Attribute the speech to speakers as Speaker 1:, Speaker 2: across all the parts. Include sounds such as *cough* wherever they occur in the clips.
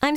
Speaker 1: I'm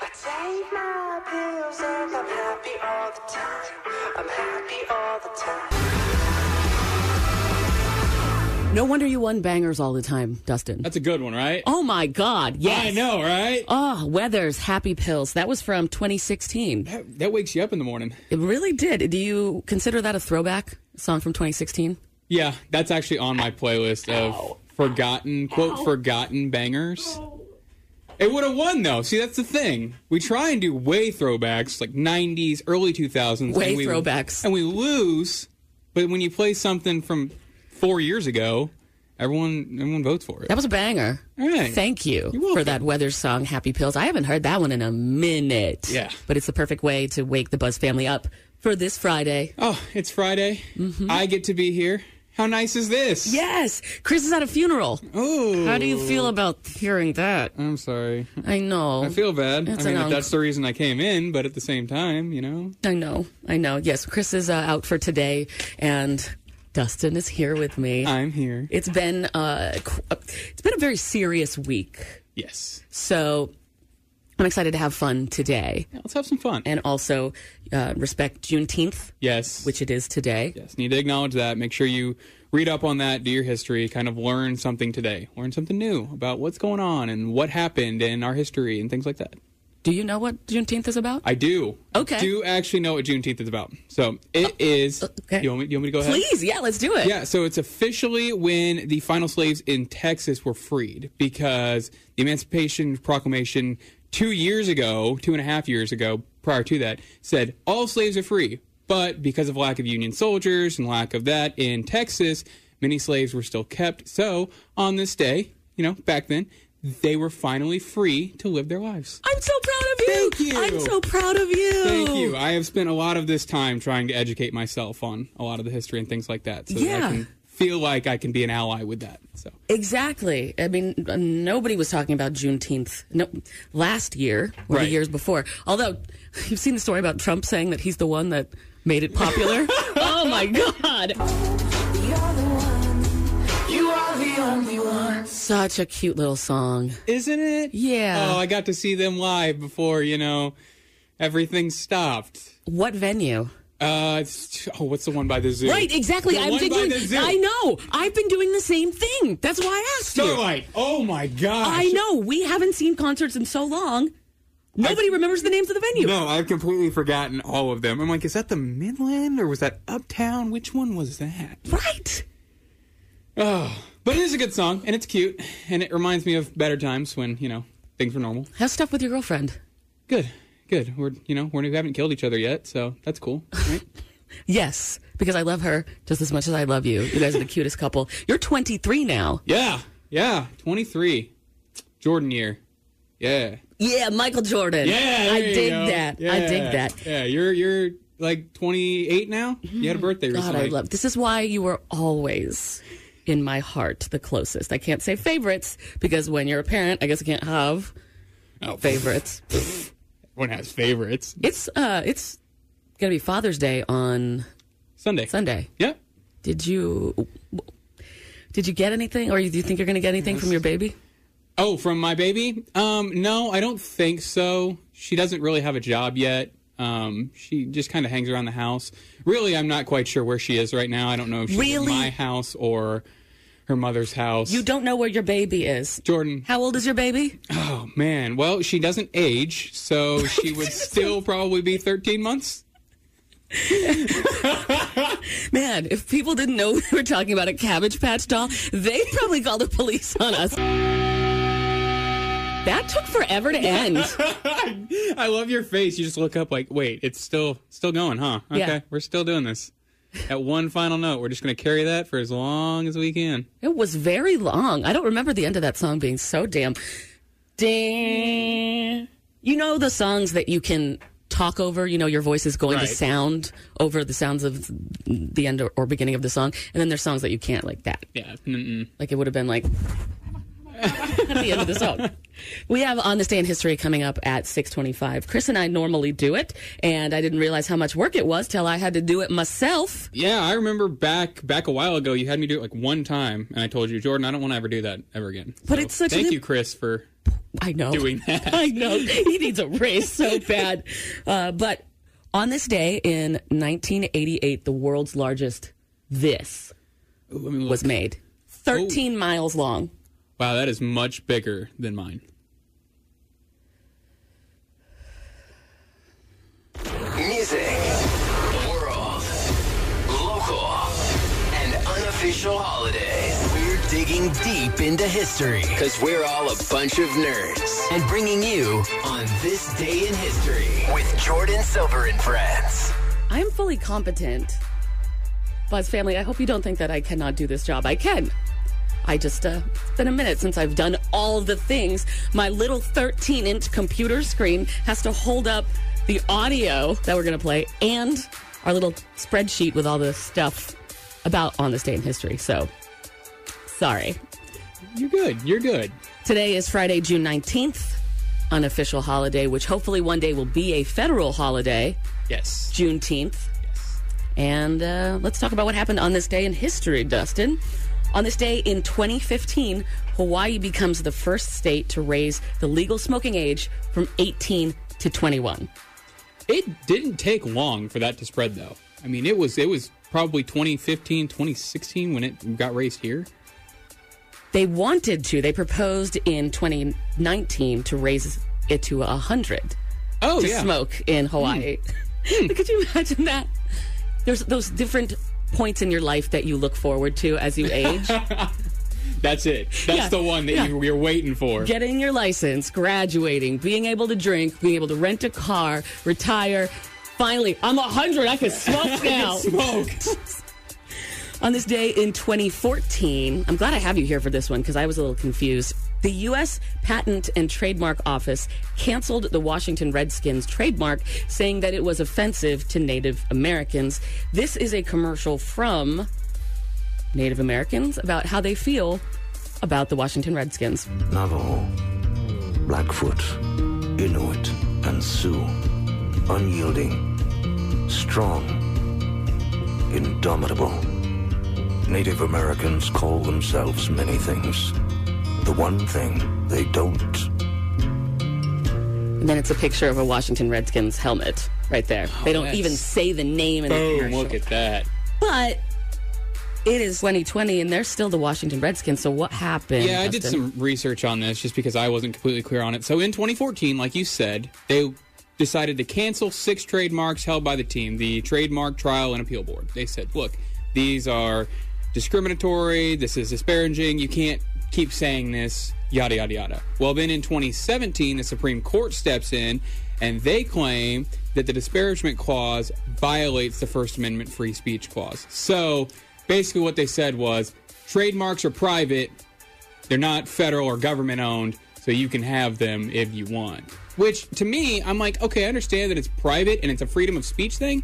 Speaker 2: I take my pills and I'm happy all the time. I'm happy all the time.
Speaker 3: No wonder you won bangers all the time, Dustin.
Speaker 4: That's a good one, right?
Speaker 3: Oh my God! Yes,
Speaker 4: I know, right?
Speaker 3: Oh, Weathers, Happy Pills. That was from 2016.
Speaker 4: That, that wakes you up in the morning.
Speaker 3: It really did. Do you consider that a throwback song from 2016?
Speaker 4: Yeah, that's actually on my playlist of forgotten, quote, forgotten bangers. It would have won, though. See, that's the thing. We try and do way throwbacks, like 90s, early 2000s.
Speaker 3: Way
Speaker 4: and we,
Speaker 3: throwbacks.
Speaker 4: And we lose, but when you play something from four years ago, everyone everyone votes for it.
Speaker 3: That was a banger.
Speaker 4: All right.
Speaker 3: Thank you
Speaker 4: You're welcome.
Speaker 3: for that Weathers song, Happy Pills. I haven't heard that one in a minute.
Speaker 4: Yeah.
Speaker 3: But it's the perfect way to wake the Buzz family up for this Friday.
Speaker 4: Oh, it's Friday.
Speaker 3: Mm-hmm.
Speaker 4: I get to be here. How nice is this?
Speaker 3: Yes. Chris is at a funeral.
Speaker 4: Oh,
Speaker 3: How do you feel about hearing that?
Speaker 4: I'm sorry.
Speaker 3: I know.
Speaker 4: Mm. I feel bad.
Speaker 3: That's
Speaker 4: I mean,
Speaker 3: an
Speaker 4: if that's the reason I came in, but at the same time, you know.
Speaker 3: I know. I know. Yes, Chris is uh, out for today, and Dustin is here with me.
Speaker 4: I'm here.
Speaker 3: It's been uh, qu- uh, it's been a very serious week,
Speaker 4: Yes.
Speaker 3: so I'm excited to have fun today,
Speaker 4: Yeah, let's have some fun.
Speaker 3: and also uh, respect Juneteenth,
Speaker 4: yes.
Speaker 3: which it is today.
Speaker 4: yes. Need to acknowledge that. Make sure you read up on that, do your history, kind of learn something today. Learn something new about what's going on and what happened in our history and things like that.
Speaker 3: Do you know what Juneteenth is about?
Speaker 4: I do.
Speaker 3: Okay. Oh,
Speaker 4: I do actually know what Juneteenth is about. So it is.
Speaker 3: okay.
Speaker 4: You want me, you want me to go ahead?
Speaker 3: Please, yeah, let's do it.
Speaker 4: Yeah, so it's officially when the final slaves in Texas were freed because the Emancipation Proclamation two years ago, two and a half years ago, prior to that, said all slaves are free. But because of lack of Union soldiers and lack of that in Texas, many slaves were still kept. So on this day, you know, back then, they were finally free to live their lives.
Speaker 3: I'm so proud of you.
Speaker 4: Thank you.
Speaker 3: I'm so proud of you.
Speaker 4: Thank you. I have spent a lot of this time trying to educate myself on a lot of the history and things like that, so that
Speaker 3: Yeah.
Speaker 4: I can feel like I can be an ally with that. So
Speaker 3: Exactly. I mean, nobody was talking about Juneteenth no, last year or the
Speaker 4: Right.
Speaker 3: years before. Although, *laughs* you've seen the story about Trump saying that he's the one that made it
Speaker 4: *laughs*
Speaker 3: popular. oh my God.
Speaker 2: You're the one. You are the only one.
Speaker 3: Such a cute little song.
Speaker 4: isn't it?
Speaker 3: Yeah.
Speaker 4: Oh, I got to see them live before you know everything stopped.
Speaker 3: What venue?
Speaker 4: Uh, it's, oh, what's the one by the zoo?
Speaker 3: Right, exactly.
Speaker 4: The
Speaker 3: I'm
Speaker 4: one
Speaker 3: thinking.
Speaker 4: By the zoo.
Speaker 3: I know. I've been doing the same thing. That's why I asked you.
Speaker 4: Starlight. Oh my gosh.
Speaker 3: I know. We haven't seen concerts in so long. Nobody remembers the names of the venue.
Speaker 4: No, I've completely forgotten all of them. I'm like, is that the Midland or was that Uptown? Which one was that?
Speaker 3: Right.
Speaker 4: But it is a good song, and it's cute, and it reminds me of better times when you know things were normal.
Speaker 3: Have stuff with your girlfriend.
Speaker 4: Good, good. We're you know we're, we haven't killed each other yet, so that's cool. Right?
Speaker 3: Yes, because I love her just as much as I love you. You guys are the cutest couple. You're 23 now.
Speaker 4: yeah, yeah. Twenty three, Jordan year. Yeah,
Speaker 3: Yeah, Michael Jordan.
Speaker 4: yeah.
Speaker 3: I
Speaker 4: there you
Speaker 3: dig
Speaker 4: go.
Speaker 3: that. I dig
Speaker 4: Yeah,
Speaker 3: that. Mm-hmm.
Speaker 4: Yeah, you're you're like twenty eight now. You had a birthday
Speaker 3: God,
Speaker 4: recently.
Speaker 3: I love. This is why you were always in my heart the closest. I can't say favorites because when you're a parent, I guess I can't have
Speaker 4: oh, favorite.
Speaker 3: favorites.
Speaker 4: Everyone has favorites.
Speaker 3: it's uh it's going to be Father's Day on
Speaker 4: Sunday.
Speaker 3: Sunday.
Speaker 4: Yep.
Speaker 3: Did you did you get anything or do you think you're going to get anything from your baby?
Speaker 4: Oh, from my baby? Um, no, I don't think so. She doesn't really have a job yet. Um, she just kind of hangs around the house. Really, I'm not quite sure where she is right now. I don't know if she's
Speaker 3: Really?
Speaker 4: in my house or her mother's house.
Speaker 3: You don't know where your baby is.
Speaker 4: Jordan.
Speaker 3: How old is your baby?
Speaker 4: Oh man. Well, she doesn't age, *laughs* so she would still probably be 13 months.
Speaker 3: Man, if people didn't know *laughs* we were talking about a Cabbage Patch doll, they'd probably call the police on us. That took forever to end.
Speaker 4: I love your face. You just look up like, wait, it's still still going, huh? Okay,
Speaker 3: Yeah.
Speaker 4: we're still doing this. At one final note, we're just going to carry that for as long as we can.
Speaker 3: It was very long. I don't remember the end of that song being so damn. Ding. You know the songs that you can talk over. You know your voice is going
Speaker 4: Right.
Speaker 3: to sound over the sounds of the end or, or beginning of the song, and then there's songs that you can't like that.
Speaker 4: Yeah. Mm-mm.
Speaker 3: Like it would have been like at the end of the song. We have on this day in history coming up at 6:25. Chris and I normally do it, and I didn't realize how much work it was till I had to do it myself.
Speaker 4: Yeah, I remember back back a while ago, you had me do it like one time, and I told you, Jordan, I don't want to ever do that ever again.
Speaker 3: But it's such an
Speaker 4: thank
Speaker 3: im-
Speaker 4: you, Chris, for
Speaker 3: I know.
Speaker 4: doing
Speaker 3: *laughs*
Speaker 4: that.
Speaker 3: I know. He needs a raise so bad. Uh, but on this day in 1988, the world's largest this
Speaker 4: Let me look.
Speaker 3: was made 13 miles long.
Speaker 4: Wow, that is much bigger than mine.
Speaker 5: Music, world, local, and unofficial holidays. We're digging deep into history because we're all a bunch of nerds and bringing you on this day in history with Jordan Silver and friends.
Speaker 3: I'm fully competent. Buzz family, I hope you don't think that I cannot do this job. I can. I just, uh, it's been a minute since I've done all the things. My little 13 inch computer screen has to hold up the audio that we're going to play and our little spreadsheet with all the stuff about on this day in history. So, sorry.
Speaker 4: You're good. You're good.
Speaker 3: Today is Friday, June 19th, unofficial holiday, which hopefully one day will be a federal holiday,
Speaker 4: Yes.
Speaker 3: Juneteenth. And uh, let's talk about what happened on this day in history, Dustin. On this day in 2015, Hawaii becomes the first state to raise the legal smoking age from 18 to 21.
Speaker 4: It didn't take long for that to spread, though. I mean, it was it was probably 2015, 2016 when it got raised here.
Speaker 3: They wanted to, they proposed in 2019 to raise it to 100
Speaker 4: Oh
Speaker 3: to
Speaker 4: yeah. Hmm.
Speaker 3: smoke in Hawaii. *laughs* Could you imagine that? There's those different points in your life that you look forward to as
Speaker 4: *laughs*
Speaker 3: you age.
Speaker 4: That's it. That's
Speaker 3: Yeah,
Speaker 4: the one that
Speaker 3: yeah.
Speaker 4: you, you're waiting for.
Speaker 3: getting your license, graduating, being able to drink, being able to rent a car, retire. Finally, I'm 100. *laughs* I can smoke now.
Speaker 4: Smoked.
Speaker 3: *laughs* On this day in 2014, I'm glad I have you here for this one because I was a little confused. The U.S. Patent and Trademark Office canceled the Washington Redskins trademark, saying that it was offensive to Native Americans. This is a commercial from Native Americans about how they feel about the Washington Redskins.
Speaker 6: Navajo, Blackfoot, Inuit, and Sioux. Unyielding, strong, indomitable. Native Americans call themselves many things. The one thing they don't
Speaker 3: And then it's a picture of a Washington Redskins helmet right there. They don't
Speaker 4: Oh, yes.
Speaker 3: even say the name in the
Speaker 4: Boom!
Speaker 3: commercial.
Speaker 4: Look at that.
Speaker 3: But it is 2020, and they're still the Washington Redskins. So what happened?
Speaker 4: Yeah, I did
Speaker 3: Dustin?
Speaker 4: some research on this just because I wasn't completely clear on it. So in 2014, like you said, they decided to cancel six trademarks held by the team, the Trademark Trial and Appeal Board. They said, look, these are discriminatory, this is disparaging, you can't keep saying this, yada, yada, yada. Well, then in 2017, the Supreme Court steps in and they claim that the disparagement clause violates the First Amendment free speech clause. So basically, what they said was trademarks are private, they're not federal or government owned, so you can have them if you want. Which to me, I'm like, okay, I understand that it's private and it's a freedom of speech thing.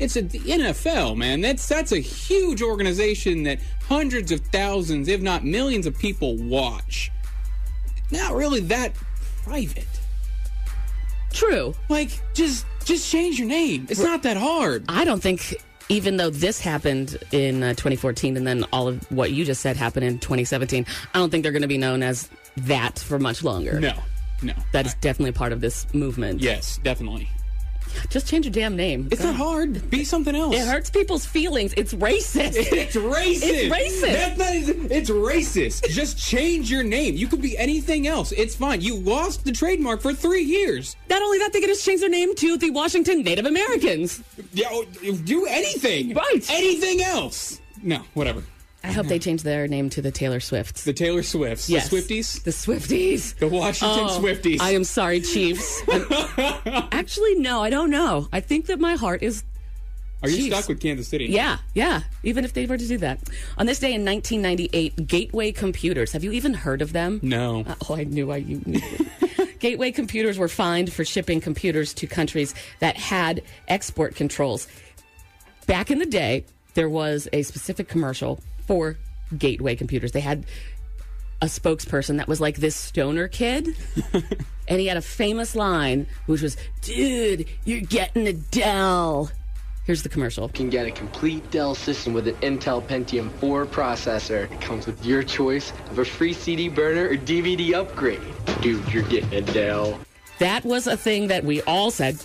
Speaker 4: It's a, the NFL, man. That's that's a huge organization that hundreds of thousands, if not millions, of people watch. Not really that private.
Speaker 3: True.
Speaker 4: Like, just just change your name. It's not that hard.
Speaker 3: I don't think, even though this happened in uh, 2014, and then all of what you just said happened in 2017, I don't think they're going to be known as that for much longer.
Speaker 4: No, no.
Speaker 3: That is definitely part of this movement.
Speaker 4: Yes, definitely.
Speaker 3: Just change your damn name.
Speaker 4: It's not hard. Be something else.
Speaker 3: It hurts people's feelings. It's racist.
Speaker 4: *laughs* It's racist.
Speaker 3: It's racist.
Speaker 4: That's not, it's racist. Just change your name. You could be anything else. It's fine. You lost the trademark for three years.
Speaker 3: not only that, they could just change their name to the Washington Native Americans.
Speaker 4: Yeah, oh, do anything.
Speaker 3: Right.
Speaker 4: Anything else. No, whatever.
Speaker 3: I hope they change their name to the Taylor Swifts.
Speaker 4: The Taylor Swifts.
Speaker 3: Yes.
Speaker 4: The Swifties.
Speaker 3: The Swifties.
Speaker 4: The Washington
Speaker 3: Oh,
Speaker 4: Swifties.
Speaker 3: I am sorry,
Speaker 4: *laughs*
Speaker 3: Chiefs. I'm- Actually, no, I don't know. I think that my heart is.
Speaker 4: Are you
Speaker 3: Chiefs.
Speaker 4: stuck with Kansas City?
Speaker 3: Yeah, yeah. Even if they were to do that. On this day in 1998, Gateway Computers. Have you even heard of them?
Speaker 4: No.
Speaker 3: Uh, *laughs* Oh, I knew I you knew. it. Gateway computers were fined for shipping computers to countries that had export controls. Back in the day, there was a specific commercial for Gateway computers. They had a spokesperson that was like this stoner
Speaker 4: *laughs*
Speaker 3: kid. and he had a famous line, which was, Dude, you're getting a Dell. Here's the commercial.
Speaker 7: can get a complete Dell system with an Intel Pentium 4 processor. It comes with your choice of a free CD burner or DVD upgrade. Dude, you're getting a Dell.
Speaker 3: That was a thing that we all said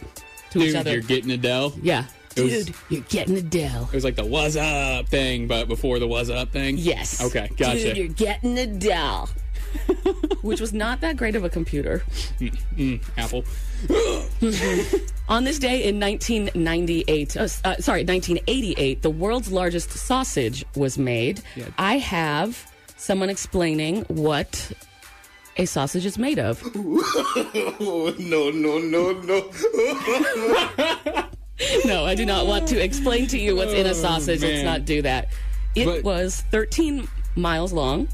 Speaker 3: to each
Speaker 4: Dude,
Speaker 3: other.
Speaker 4: you're getting Adele.
Speaker 3: yeah.
Speaker 4: It was-
Speaker 3: Dude, you're getting a Dell.
Speaker 4: It was like the was up thing, but before the was up thing?
Speaker 3: Yes.
Speaker 4: Okay, gotcha.
Speaker 3: Dude, you're getting a
Speaker 4: *laughs*
Speaker 3: Dell. Which was not that great of a computer.
Speaker 4: Apple.
Speaker 3: On this day in 1998, uh, s- uh, sorry, 1988, the world's largest sausage was made. I have someone explaining what a sausage is made of.
Speaker 6: *laughs* No, no, no, no.
Speaker 3: *laughs* no, I do not want to explain to you what's in
Speaker 6: Oh,
Speaker 3: a sausage. Let's
Speaker 4: man.
Speaker 3: not do that. It
Speaker 4: But-
Speaker 3: was 13 miles long,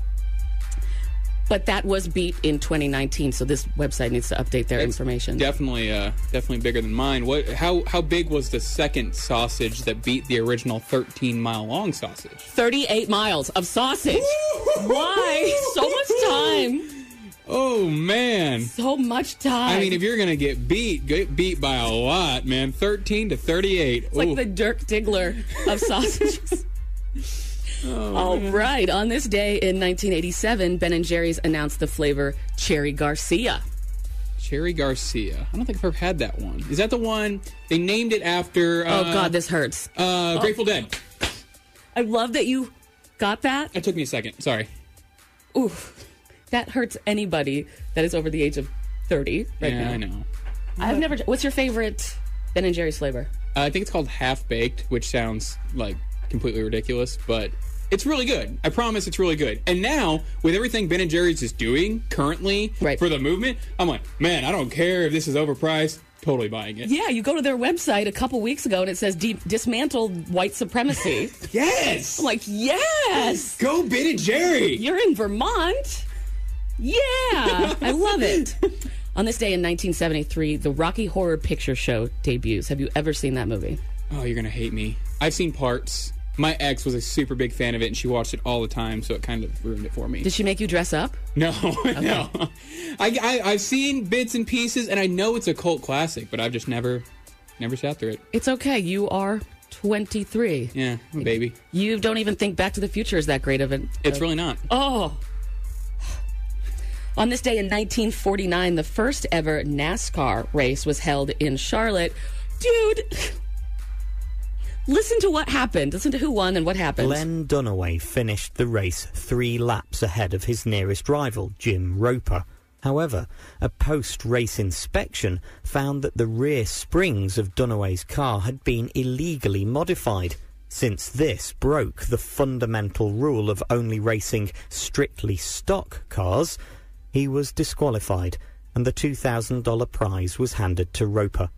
Speaker 3: but that was beat in 2019. So this website needs to update their information.
Speaker 4: Definitely, uh, definitely bigger than mine. What? How? How big was the second sausage that beat the original 13 mile long sausage?
Speaker 3: 38 miles of sausage. Why? So much time.
Speaker 4: Oh man!
Speaker 3: So much time.
Speaker 4: I mean, if you're gonna get beat, get beat by a lot, man. 13 to 38.
Speaker 3: It's like the Dirk Diggler of sausages.
Speaker 4: *laughs*
Speaker 3: *laughs* All right. On this day in 1987, Ben and Jerry's announced the flavor Cherry Garcia.
Speaker 4: Cherry Garcia. I don't think I've ever had that one. Is that the one they named it after?
Speaker 3: Oh
Speaker 4: uh,
Speaker 3: God, this hurts.
Speaker 4: Uh, Grateful Dead.
Speaker 3: I love that you got that.
Speaker 4: That took me a second. Sorry.
Speaker 3: Oof, that hurts anybody that is over the age of 30 right
Speaker 4: yeah,
Speaker 3: now.
Speaker 4: I know.
Speaker 3: I've never. What's your favorite Ben and Jerry's flavor?
Speaker 4: Uh, I think it's called Half Baked, which sounds like completely ridiculous, but it's really good. I promise it's really good. And now, with everything Ben and Jerry's is doing currently
Speaker 3: Right.
Speaker 4: for the movement, I'm like, man, I don't care if this is overpriced. Totally buying it.
Speaker 3: Yeah, you go to their website a couple weeks ago and it says de- dismantle white supremacy.
Speaker 4: Yes.
Speaker 3: I'm like, yes,
Speaker 4: Go Ben and Jerry.
Speaker 3: you're in Vermont. Yeah, I love it. On this day in 1973, the Rocky Horror Picture Show debuts. Have you ever seen that movie?
Speaker 4: Oh, you're gonna hate me. I've seen parts. My ex was a super big fan of it, and she watched it all the time, so it kind of ruined it for me.
Speaker 3: Did she make you dress up?
Speaker 4: No, *laughs* no. I, I I've seen bits and pieces, and I know it's a cult classic, but I've just never, never sat through it.
Speaker 3: It's okay. You are 23.
Speaker 4: Yeah, I'm a baby.
Speaker 3: You don't even think Back to the Future is that great of an.
Speaker 4: It's really not.
Speaker 3: Oh. On this day in 1949, the first ever NASCAR race was held in Charlotte. Dude, listen to what happened. Listen to who won and what happened.
Speaker 8: Glenn Dunaway finished the race three laps ahead of his nearest rival, Jim Roper. However, a post race inspection found that the rear springs of Dunaway's car had been illegally modified, since this broke the fundamental rule of only racing strictly stock cars. He was disqualified, and the $2,000 prize was handed to Roper.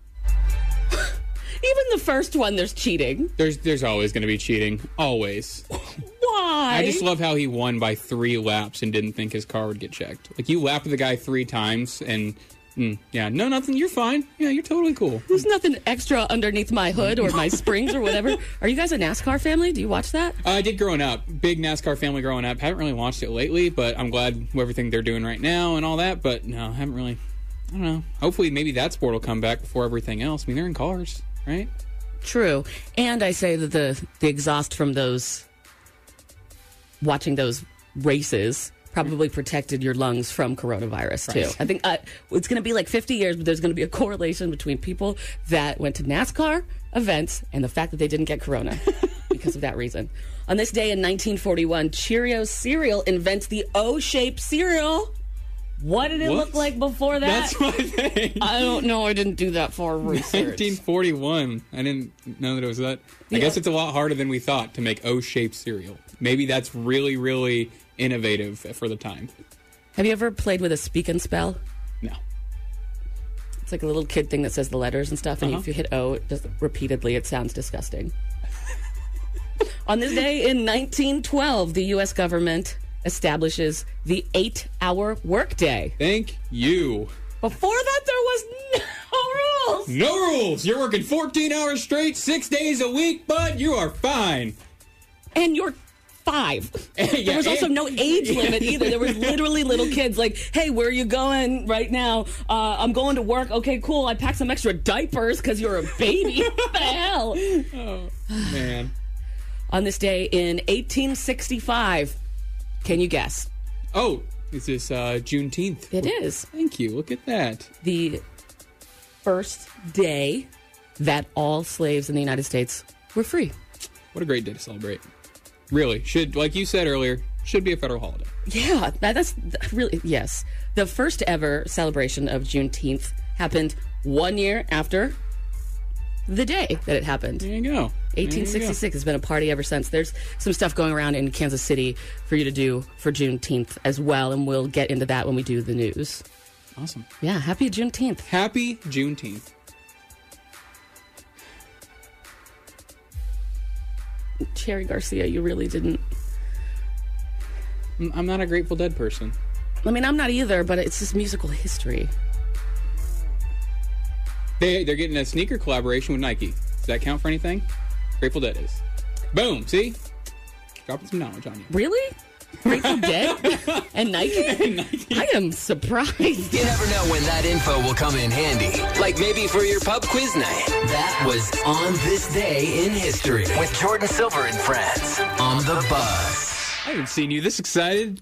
Speaker 3: Even the first one, there's cheating.
Speaker 4: There's there's always going to be cheating. Always.
Speaker 3: Why?
Speaker 4: I just love how he won by three laps and didn't think his car would get checked. Like you lapped the guy three times, and mm, yeah, no, nothing. You're fine. Yeah, you're totally cool.
Speaker 3: There's nothing extra underneath my hood or my *laughs* springs or whatever. Are you guys a NASCAR family? Do you watch that?
Speaker 4: I did growing up, big NASCAR family growing up. Haven't really watched it lately, but I'm glad with everything they're doing right now and all that. But no, I haven't really. I don't know. Hopefully, maybe that sport will come back before everything else. I mean, they're in cars, right?
Speaker 3: True. And I say that the the exhaust from those watching those races probably protected your lungs from coronavirus too. I think uh, it's going to be like 50 years but there's going to be a correlation between people that went to NASCAR events and the fact that they didn't get corona
Speaker 4: *laughs*
Speaker 3: because of that reason. On this day in 1941, Cheerios cereal invents the O-shaped cereal.
Speaker 9: What did it
Speaker 4: What?
Speaker 9: look like before that?
Speaker 4: That's my thing.
Speaker 3: I don't know. I didn't do that far
Speaker 4: *laughs*
Speaker 3: research.
Speaker 4: 1941. I didn't know that it was that. I guess it's a lot harder than we thought to make O-shaped cereal. Maybe that's really, really innovative for the time.
Speaker 3: Have you ever played with a speak and spell?
Speaker 4: No.
Speaker 3: It's like a little kid thing that says the letters and stuff, and if you hit O it just repeatedly, it sounds disgusting. *laughs* On this day in 1912, the U.S. government establishes the eight-hour workday.
Speaker 4: Thank you.
Speaker 3: Before that, there was no *laughs* rules.
Speaker 4: No rules. You're working 14 hours straight, six days a week, bud. You are fine.
Speaker 3: and you're five.
Speaker 4: Yeah,
Speaker 3: there was also
Speaker 4: and-
Speaker 3: no age limit
Speaker 4: Yeah.
Speaker 3: either. There was literally little kids like, "Hey, where are you going right now? Uh, I'm going to work. Okay, cool. I packed some extra diapers because you're a baby. *laughs* what the hell?"
Speaker 4: Man.
Speaker 3: On this day in 1865, can you guess?
Speaker 4: Oh, is this uh, Juneteenth?
Speaker 3: It is
Speaker 4: Thank you. Look at that.
Speaker 3: the first day that all slaves in the United States were free.
Speaker 4: What a great day to celebrate. Really should, like you said earlier, should be a federal holiday.
Speaker 3: Yeah, that, that's th- really yes. The first ever celebration of Juneteenth happened one year after the day that it happened.
Speaker 4: There you go. There you go.
Speaker 3: 1866 has been a party ever since. There's some stuff going around in Kansas City for you to do for Juneteenth as well, and we'll get into that when we do the news.
Speaker 4: Awesome.
Speaker 3: Yeah, happy Juneteenth.
Speaker 4: Happy Juneteenth.
Speaker 3: Cherry Garcia, you really didn't.
Speaker 4: I'm- I'm not a Grateful Dead person.
Speaker 3: I mean, I'm not either, but it's just musical history.
Speaker 4: They they're getting a sneaker collaboration with Nike. Does that count for anything? Grateful Dead is. Boom. See, dropping some knowledge on you.
Speaker 3: Really? Grateful *laughs* Dead and Nike? I am surprised.
Speaker 5: You never know when that info will come in handy. Like maybe for your pub quiz night. That was on this day in history with Jordan Silver and friends on the bus.
Speaker 4: I haven't seen you this excited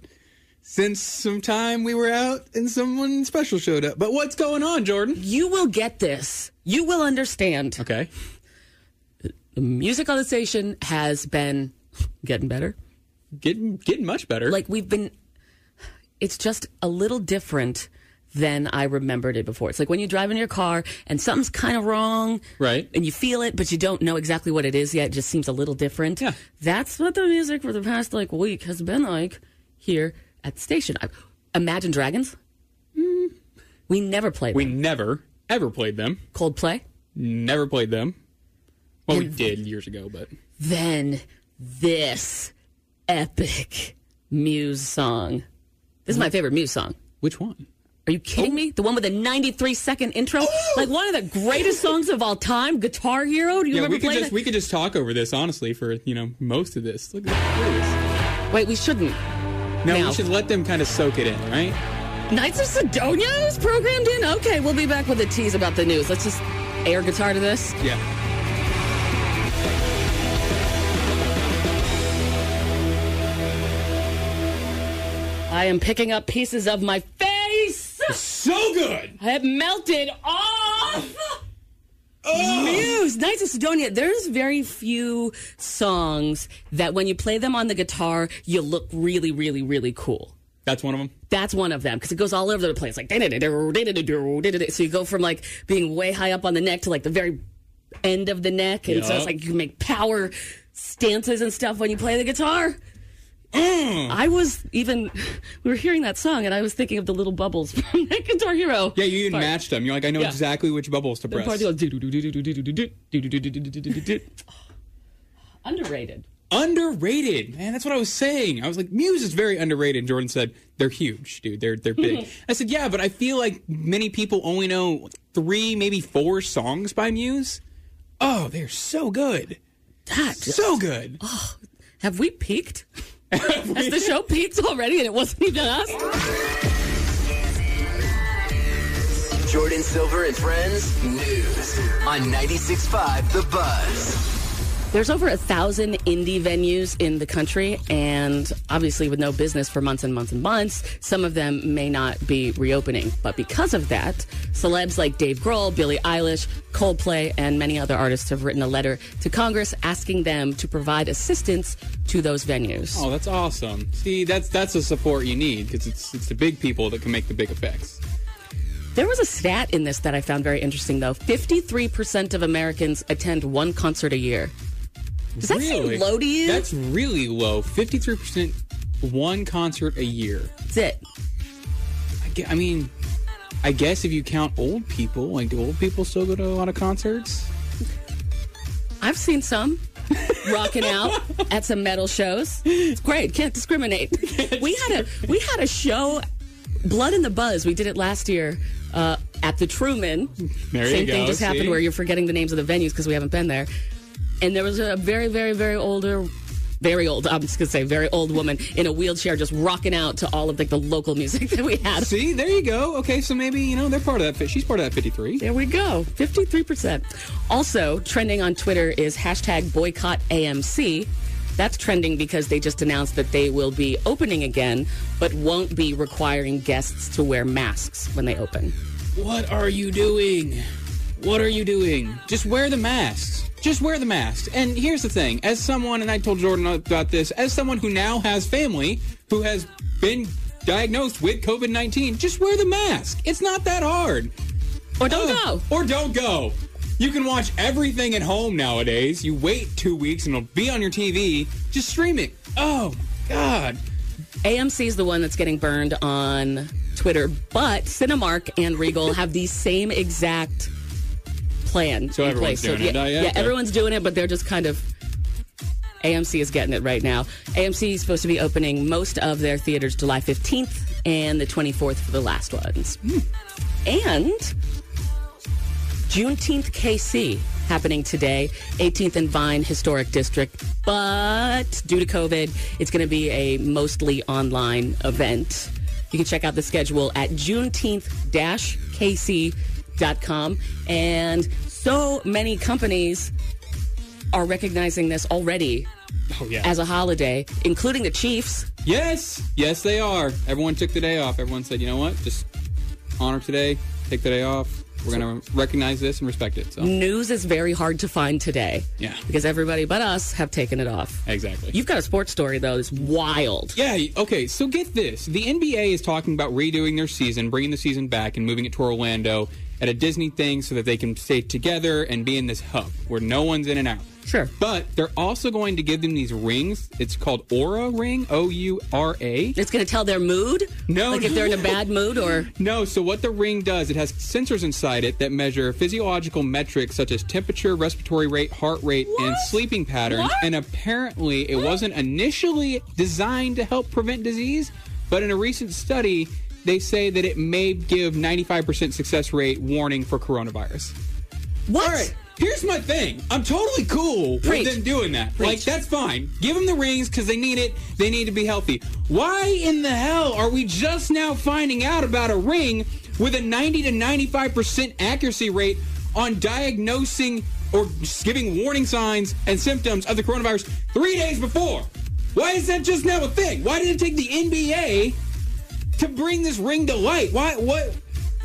Speaker 4: since some time we were out and someone special showed up. But what's going on, Jordan?
Speaker 3: You will get this. You will understand.
Speaker 4: Okay.
Speaker 3: Musicalization has been getting better.
Speaker 4: Getting getting much better.
Speaker 3: Like we've been it's just a little different than I remembered it before. It's like when you drive in your car and something's kind of wrong.
Speaker 4: Right.
Speaker 3: And you feel it, but you don't know exactly what it is yet. It just seems a little different.
Speaker 4: Yeah.
Speaker 3: That's what the music for the past like week has been like here at the station. I, Imagine Dragons? Mm, We never played
Speaker 4: we
Speaker 3: them.
Speaker 4: never ever played them.
Speaker 3: Coldplay?
Speaker 4: Never played them. Well, we did years ago, but
Speaker 3: then this epic Muse song. This
Speaker 4: Mm-hmm.
Speaker 3: is my favorite Muse song.
Speaker 4: which one?
Speaker 3: Are you kidding me? The one with the 93 second intro? Like one of the greatest songs of all time, Guitar Hero. Do you
Speaker 4: Yeah,
Speaker 3: remember
Speaker 4: we could
Speaker 3: playing
Speaker 4: just
Speaker 3: it?
Speaker 4: we could just talk over this honestly for you know most of this. Look at
Speaker 3: Wait, we shouldn't.
Speaker 4: this. Now,
Speaker 3: Now.
Speaker 4: we should let them kind of soak it in, right?
Speaker 3: Knights of Sidonia is programmed in? Okay, we'll be back with a tease about the news. Let's just air guitar to this.
Speaker 4: Yeah.
Speaker 3: I am picking up pieces of my face.
Speaker 4: so good.
Speaker 3: It melted off. Muse, Knights of Sidonia. There's very few songs that when you play them on the guitar, you look really, really, really cool.
Speaker 4: That's one of them.
Speaker 3: That's one of them because it goes all over the place. Like, da-da-da-do, da-da-da-do, da-da-da. so you go from like being way high up on the neck to like the very end of the neck. And so
Speaker 4: Yeah.
Speaker 3: it's like you can make power stances and stuff when you play the guitar. I was even, we were hearing that song and I was thinking of the little bubbles from Guitar Hero.
Speaker 4: Yeah, you even
Speaker 3: Part.
Speaker 4: matched them. You're like, I know
Speaker 3: Yeah.
Speaker 4: exactly which bubbles to press.
Speaker 3: Part that goes Underrated.
Speaker 4: underrated, man. That's what I was saying. I was like, Muse is very underrated. And Jordan said, they're huge, dude. They're they're big. I said, yeah, but I feel like many people only know three, maybe four songs by Muse. Oh, they're so good,
Speaker 3: That.
Speaker 4: so good.
Speaker 3: Have we peaked? Has the show peaked already and it wasn't even us?
Speaker 5: Jordan Silver and friends news on 96.5 The Buzz.
Speaker 3: There's over a thousand indie venues in the country, and obviously, with no business for months and months and months, some of them may not be reopening. But because of that, celebs like Dave Grohl, Billie Eilish, Coldplay, and many other artists have written a letter to Congress asking them to provide assistance to those venues.
Speaker 4: Oh, that's awesome. See, that's that's the support you need because it's it's the big people that can make the big effects.
Speaker 3: There was a stat in this that I found very interesting, though 53% of Americans attend one concert a year. Does that seem
Speaker 4: Really?
Speaker 3: low to you?
Speaker 4: That's really low. Fifty-three percent, one concert a year.
Speaker 3: That's it.
Speaker 4: I, gue- I mean, I guess if you count old people, like do old people still go to a lot of concerts?
Speaker 3: I've seen some rocking out at some metal shows. It's great. Can't discriminate.
Speaker 4: *laughs*
Speaker 3: We had a we had a show, Blood in the Buzz. We did it last year uh, at the Truman.
Speaker 4: There you
Speaker 3: Same
Speaker 4: go,
Speaker 3: thing just happened
Speaker 4: see?
Speaker 3: where you're forgetting the names of the venues because we haven't been there. And there was a very very very older. Very old, I'm just gonna say, very old woman in a wheelchair, just rocking out to all of like the local music *laughs* that we had.
Speaker 4: See, there you go. Okay, so maybe you know they're part of that. fi- She's part of that fifty-three.
Speaker 3: There we go. 53%. Also, trending on Twitter is hashtag boycott AMC. That's trending because they just announced that they will be opening again, but won't be requiring guests to wear masks when they open.
Speaker 4: What are you doing? What are you doing? Just wear the masks. Just wear the masks. And here's the thing as someone, and I told Jordan about this, as someone who now has family who has been diagnosed with COVID 19, just wear the mask. It's not that hard.
Speaker 3: Or don't
Speaker 4: Ugh. Or don't go. You can watch everything at home nowadays. You wait two weeks and it'll be on your TV. Just stream it. Oh, God.
Speaker 3: go. AMC is the one that's getting burned on Twitter, but Cinemark and Regal have the same exact plan.
Speaker 4: So
Speaker 3: in
Speaker 4: everyone's
Speaker 3: place.
Speaker 4: doing it,
Speaker 3: yeah,
Speaker 4: uh, yeah,
Speaker 3: yeah,
Speaker 4: okay.
Speaker 3: everyone's doing it, but they're just kind of AMC is getting it right now. AMC is supposed to be opening most of their theaters July 15th and the 24th for the last ones.
Speaker 4: Hmm.
Speaker 3: And Juneteenth KC happening today, 18th and Vine Historic District. But due to COVID, it's going to be a mostly online event. You can check out the schedule at juneteenth-kc.com. And so many companies are recognizing this already
Speaker 4: Oh, yeah.
Speaker 3: as a holiday, including the Chiefs.
Speaker 4: Yes, yes, they are. Everyone took the day off. Everyone said, you know what? Just honor today, take the day off. We're going to recognize this and respect it. So,
Speaker 3: News is very hard to find today.
Speaker 4: Yeah.
Speaker 3: Because everybody but us have taken it off.
Speaker 4: exactly.
Speaker 3: You've got a sports story, though, that's wild.
Speaker 4: yeah, okay, so get this. The NBA is talking about redoing their season, bringing the season back, and moving it to Orlando at a Disney thing so that they can stay together and be in this hub where no one's in and out.
Speaker 3: Sure.
Speaker 4: But they're also going to give them these rings. It's called Aura Ring, O U R A.
Speaker 3: It's going to tell their mood?
Speaker 4: No,
Speaker 3: Like if they're in a
Speaker 4: no.
Speaker 3: bad mood
Speaker 4: *laughs*
Speaker 3: or.
Speaker 4: No, so what the ring does, it has sensors inside it that measure physiological metrics such as temperature, respiratory rate, heart rate, and sleeping patterns.
Speaker 3: What?
Speaker 4: And apparently, it wasn't initially designed to help prevent disease, but in a recent study, they say that it may give 95% success rate warning for coronavirus.
Speaker 3: What?
Speaker 4: All right. Here's my thing. I'm totally cool
Speaker 3: Preach.
Speaker 4: with them doing that. Like
Speaker 3: Preach.
Speaker 4: that's fine. Give them the rings because they need it. They need to be healthy. Why in the hell are we just now finding out about a ring with a 90 to 95 percent accuracy rate on diagnosing or just giving warning signs and symptoms of the coronavirus three days before? Why is that just now a thing? Why did it take the NBA to bring this ring to light? Why? What?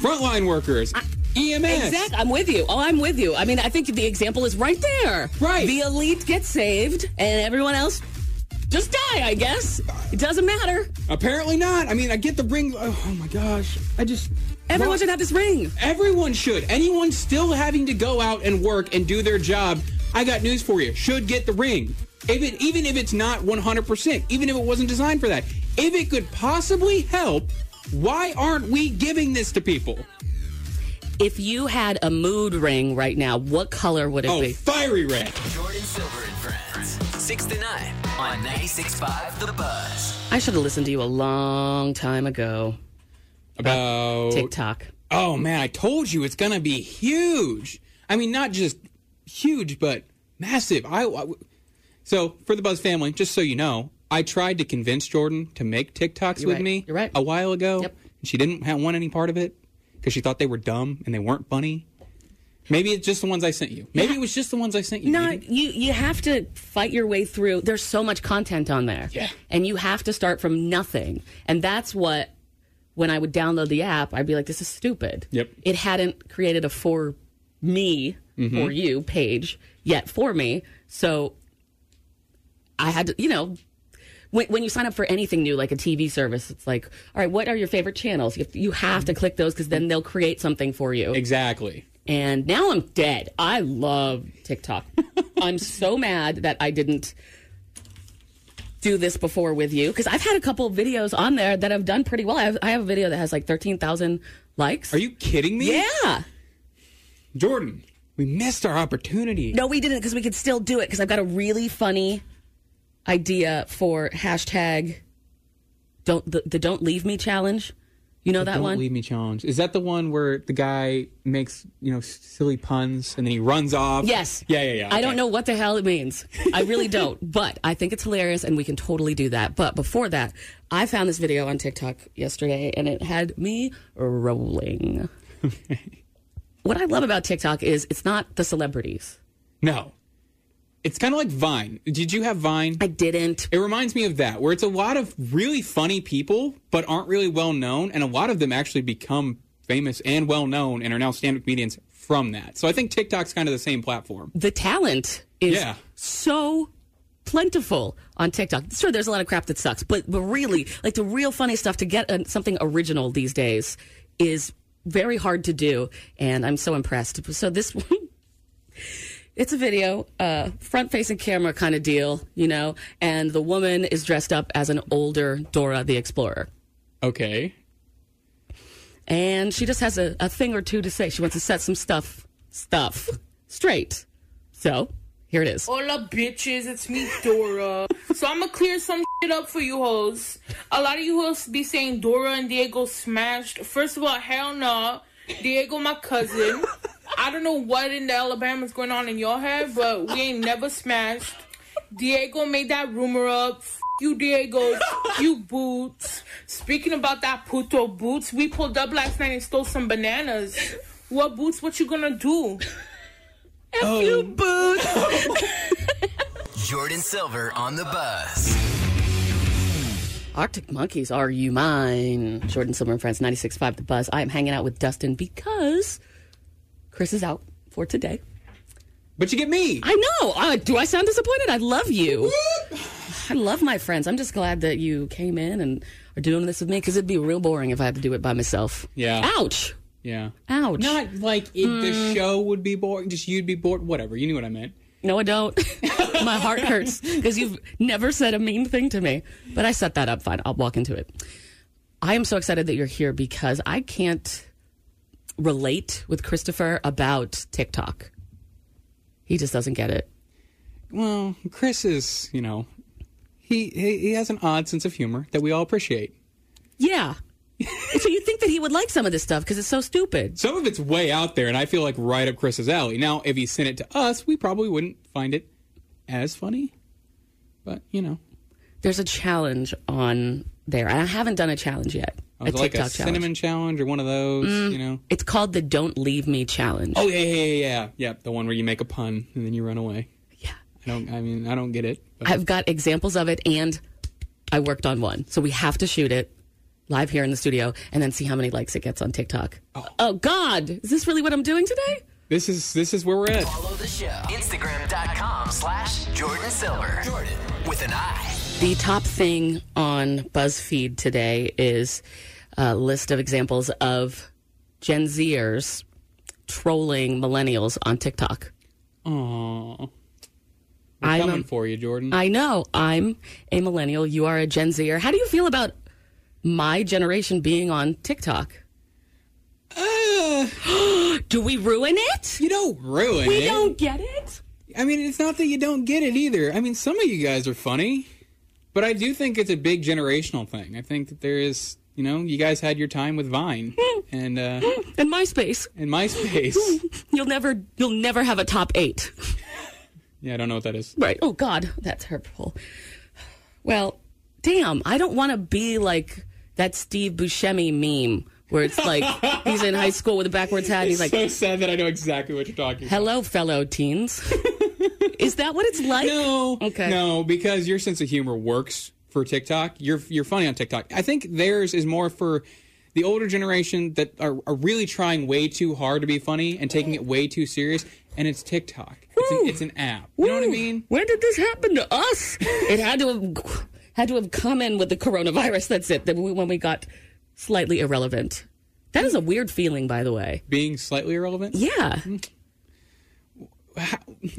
Speaker 4: Frontline workers, E EMS.
Speaker 3: Exactly. I'm with you. Oh, I'm with you. I mean, I think the example is right there.
Speaker 4: Right.
Speaker 3: The elite get saved, and everyone else just die, I guess. It doesn't matter.
Speaker 4: Apparently not. I mean, I get the ring. Oh, oh my gosh. I just.
Speaker 3: Everyone
Speaker 4: Right.
Speaker 3: should have this ring.
Speaker 4: Everyone should. Anyone still having to go out and work and do their job, I got news for you. Should get the ring. If it, even if it's not 100%, even if it wasn't designed for that. If it could possibly help, why aren't we giving this to people?
Speaker 3: If you had a mood ring right now, what color would it
Speaker 4: Oh,
Speaker 3: be?
Speaker 4: fiery red.
Speaker 5: Jordan Silver and Friends, 6 to 9 on 96.5 The Buzz.
Speaker 3: I should have listened to you a long time ago.
Speaker 4: About.
Speaker 3: TikTok.
Speaker 4: Oh, man, I told you it's going to be huge. I mean, not just huge, but massive. I, I- So, for the Buzz family, just so you know, I tried to convince Jordan to make TikToks
Speaker 3: You're
Speaker 4: with
Speaker 3: right.
Speaker 4: me
Speaker 3: You're right.
Speaker 4: a while ago.
Speaker 3: Yep.
Speaker 4: And she didn't ha- want any part of it because she thought they were dumb and they weren't funny. Maybe it's just the ones I sent you. Maybe it was just the ones I sent you.
Speaker 3: No, you you have to fight your way through. There's so much content on there,
Speaker 4: Yeah.
Speaker 3: and you have to start from nothing. And that's what when I would download the app, I'd be like, "This is stupid."
Speaker 4: Yep.
Speaker 3: it hadn't created a for me
Speaker 4: Mm-hmm.
Speaker 3: or you page yet for me, so I had to, you know. When, when you sign up for anything new, like a TV service, it's like, all right, what are your favorite channels? You have to, you have to click those because then they'll create something for you
Speaker 4: Exactly.
Speaker 3: and now I'm dead. I love
Speaker 4: *laughs*
Speaker 3: TikTok. I'm so mad that I didn't do this before with you because I've had a couple of videos on there that have done pretty well. I have, I have a video that has like 13,000 likes.
Speaker 4: Are you kidding me?
Speaker 3: Yeah.
Speaker 4: Jordan, we missed our opportunity.
Speaker 3: No, we didn't because we could still do it because I've got a really funny idea for hashtag don't the, the don't leave me challenge. You know that
Speaker 4: Don't
Speaker 3: one?
Speaker 4: leave me challenge. Is that the one where the guy makes you know s- silly puns and then he runs off?
Speaker 3: Yes.
Speaker 4: Yeah, yeah, yeah.
Speaker 3: I
Speaker 4: okay.
Speaker 3: don't know what the hell it means. I
Speaker 4: *laughs*
Speaker 3: really don't. But I think it's hilarious and we can totally do that. But before that, I found this video on TikTok yesterday and it had me
Speaker 4: *laughs*
Speaker 3: rolling. what I love about TikTok is it's not the celebrities.
Speaker 4: No, it's kind of like Vine. Did you have Vine?
Speaker 3: I didn't.
Speaker 4: It reminds me of that, where it's a lot of really funny people, but aren't really well known, and a lot of them actually become famous and well known and are now stand up comedians from that. So I think TikTok's kind of the same platform.
Speaker 3: The talent is
Speaker 4: Yeah.
Speaker 3: so plentiful on TikTok. Sure, there's a lot of crap that sucks, but, but really, like the real funny stuff to get uh, something original these days is very hard to do. And I'm so impressed. So this *laughs* one. it's a video, uh, front facing camera kind of deal, you know, and the woman is dressed up as an older Dora the Explorer.
Speaker 4: Okay.
Speaker 3: And she just has a, a thing or two to say. She wants to set some stuff, stuff straight. So here it is.
Speaker 9: Hola, bitches. It's me, Dora. *laughs* so I'm gonna clear some shit up for you hoes. A lot of you hoes be saying Dora and Diego smashed. First of all, hell no. Diego, my cousin. I don't know what in the Alabama's going on in your head, but we ain't never smashed. Diego made that rumor up. F- you, Diego. F- you, Boots. Speaking about that puto Boots, we pulled up last night and stole some bananas. What, Boots? What you gonna do?
Speaker 5: Jordan Silver on the bus.
Speaker 3: Arctic Monkeys, are you mine? Jordan Silver and Friends, 96.5 The Buzz. I am hanging out with Dustin because Chris is out for today.
Speaker 4: But you get me.
Speaker 3: I know. Uh, do I sound disappointed? I love you. I love my friends. I'm just glad that you came in and are doing this with me because it'd be real boring if I had to do it by myself.
Speaker 4: Yeah.
Speaker 3: Ouch.
Speaker 4: Yeah.
Speaker 3: Ouch.
Speaker 4: Not like it,
Speaker 3: Hmm.
Speaker 4: the show would be boring, just you'd be bored, whatever. You knew what I meant.
Speaker 3: No, I don't. *laughs* My heart hurts because you've never said a mean thing to me. But I set that up fine. I'll walk into it. I am so excited that you're here because I can't relate with Christopher about TikTok. He just doesn't get it.
Speaker 4: Well, Chris is, you know, he, he he has an odd sense of humor that we all appreciate.
Speaker 3: Yeah. *laughs* so you think that he would like some of this stuff because it's so stupid.
Speaker 4: Some of it's way out there, and I feel like right up Chris's alley. Now, if he sent it to us, we probably wouldn't find it as funny, but you know,
Speaker 3: There's a challenge on there, and I haven't done a challenge Mm. yet.
Speaker 4: I was
Speaker 3: a
Speaker 4: Oh, like
Speaker 3: TikTok
Speaker 4: a cinnamon challenge or one of those, you know.
Speaker 3: It's called the "Don't Leave Me" challenge.
Speaker 4: Oh yeah, yeah, yeah, yeah, yeah. The one where you make a pun and then you run away.
Speaker 3: yeah.
Speaker 4: I don't. I mean, I don't get it. But
Speaker 3: I've got examples of it, and I worked on one. So we have to shoot it live here in the studio and then see how many likes it gets on TikTok. Oh, God. Is this really what I'm doing today?
Speaker 4: this is this is where we're at.
Speaker 5: Follow the show. Instagram.com slash Jordan Silver. Jordan with an I.
Speaker 3: The top thing on BuzzFeed today is a list of examples of Gen Zers trolling millennials on TikTok.
Speaker 4: Aww. We're
Speaker 3: I'm
Speaker 4: coming
Speaker 3: a-
Speaker 4: for you, Jordan.
Speaker 3: I know I'm a millennial. You are a Gen Zer. How do you feel about my generation being on TikTok?
Speaker 4: Uh,
Speaker 3: *gasps* Do we ruin it?
Speaker 4: you don't ruin
Speaker 3: We
Speaker 4: it.
Speaker 3: don't get it?
Speaker 4: I mean, it's not that you don't get it either. I mean, some of you guys are funny, but I do think it's a big generational thing. I think that there is, you know, you guys had your time with Vine and uh,
Speaker 3: and MySpace.
Speaker 4: and MySpace.
Speaker 3: You'll never you'll never have a top eight.
Speaker 4: Yeah, I don't know what that is.
Speaker 3: Right. Oh God, that's hurtful. Well, damn, I don't wanna be like that Steve Buscemi meme where it's
Speaker 4: *laughs*
Speaker 3: like he's in high school with a backwards hat. And he's
Speaker 4: It's
Speaker 3: like,
Speaker 4: so sad that I know exactly what you're
Speaker 3: *laughs*
Speaker 4: talking about.
Speaker 3: "Hello, fellow
Speaker 4: *laughs*
Speaker 3: teens." Is that what it's like?
Speaker 4: No.
Speaker 3: Okay.
Speaker 4: No, because your sense of humor works for TikTok. You're you're funny on TikTok. I think theirs is more for the older generation that are, are really trying way too hard to be funny and taking it way too serious. And it's TikTok. It's an, it's an app. You know what I mean?
Speaker 3: When did this happen to us? It had to have had to have come in with the coronavirus. That's it. That we, when we got slightly irrelevant. That is a weird feeling, by the way.
Speaker 4: Being slightly irrelevant.
Speaker 3: Yeah.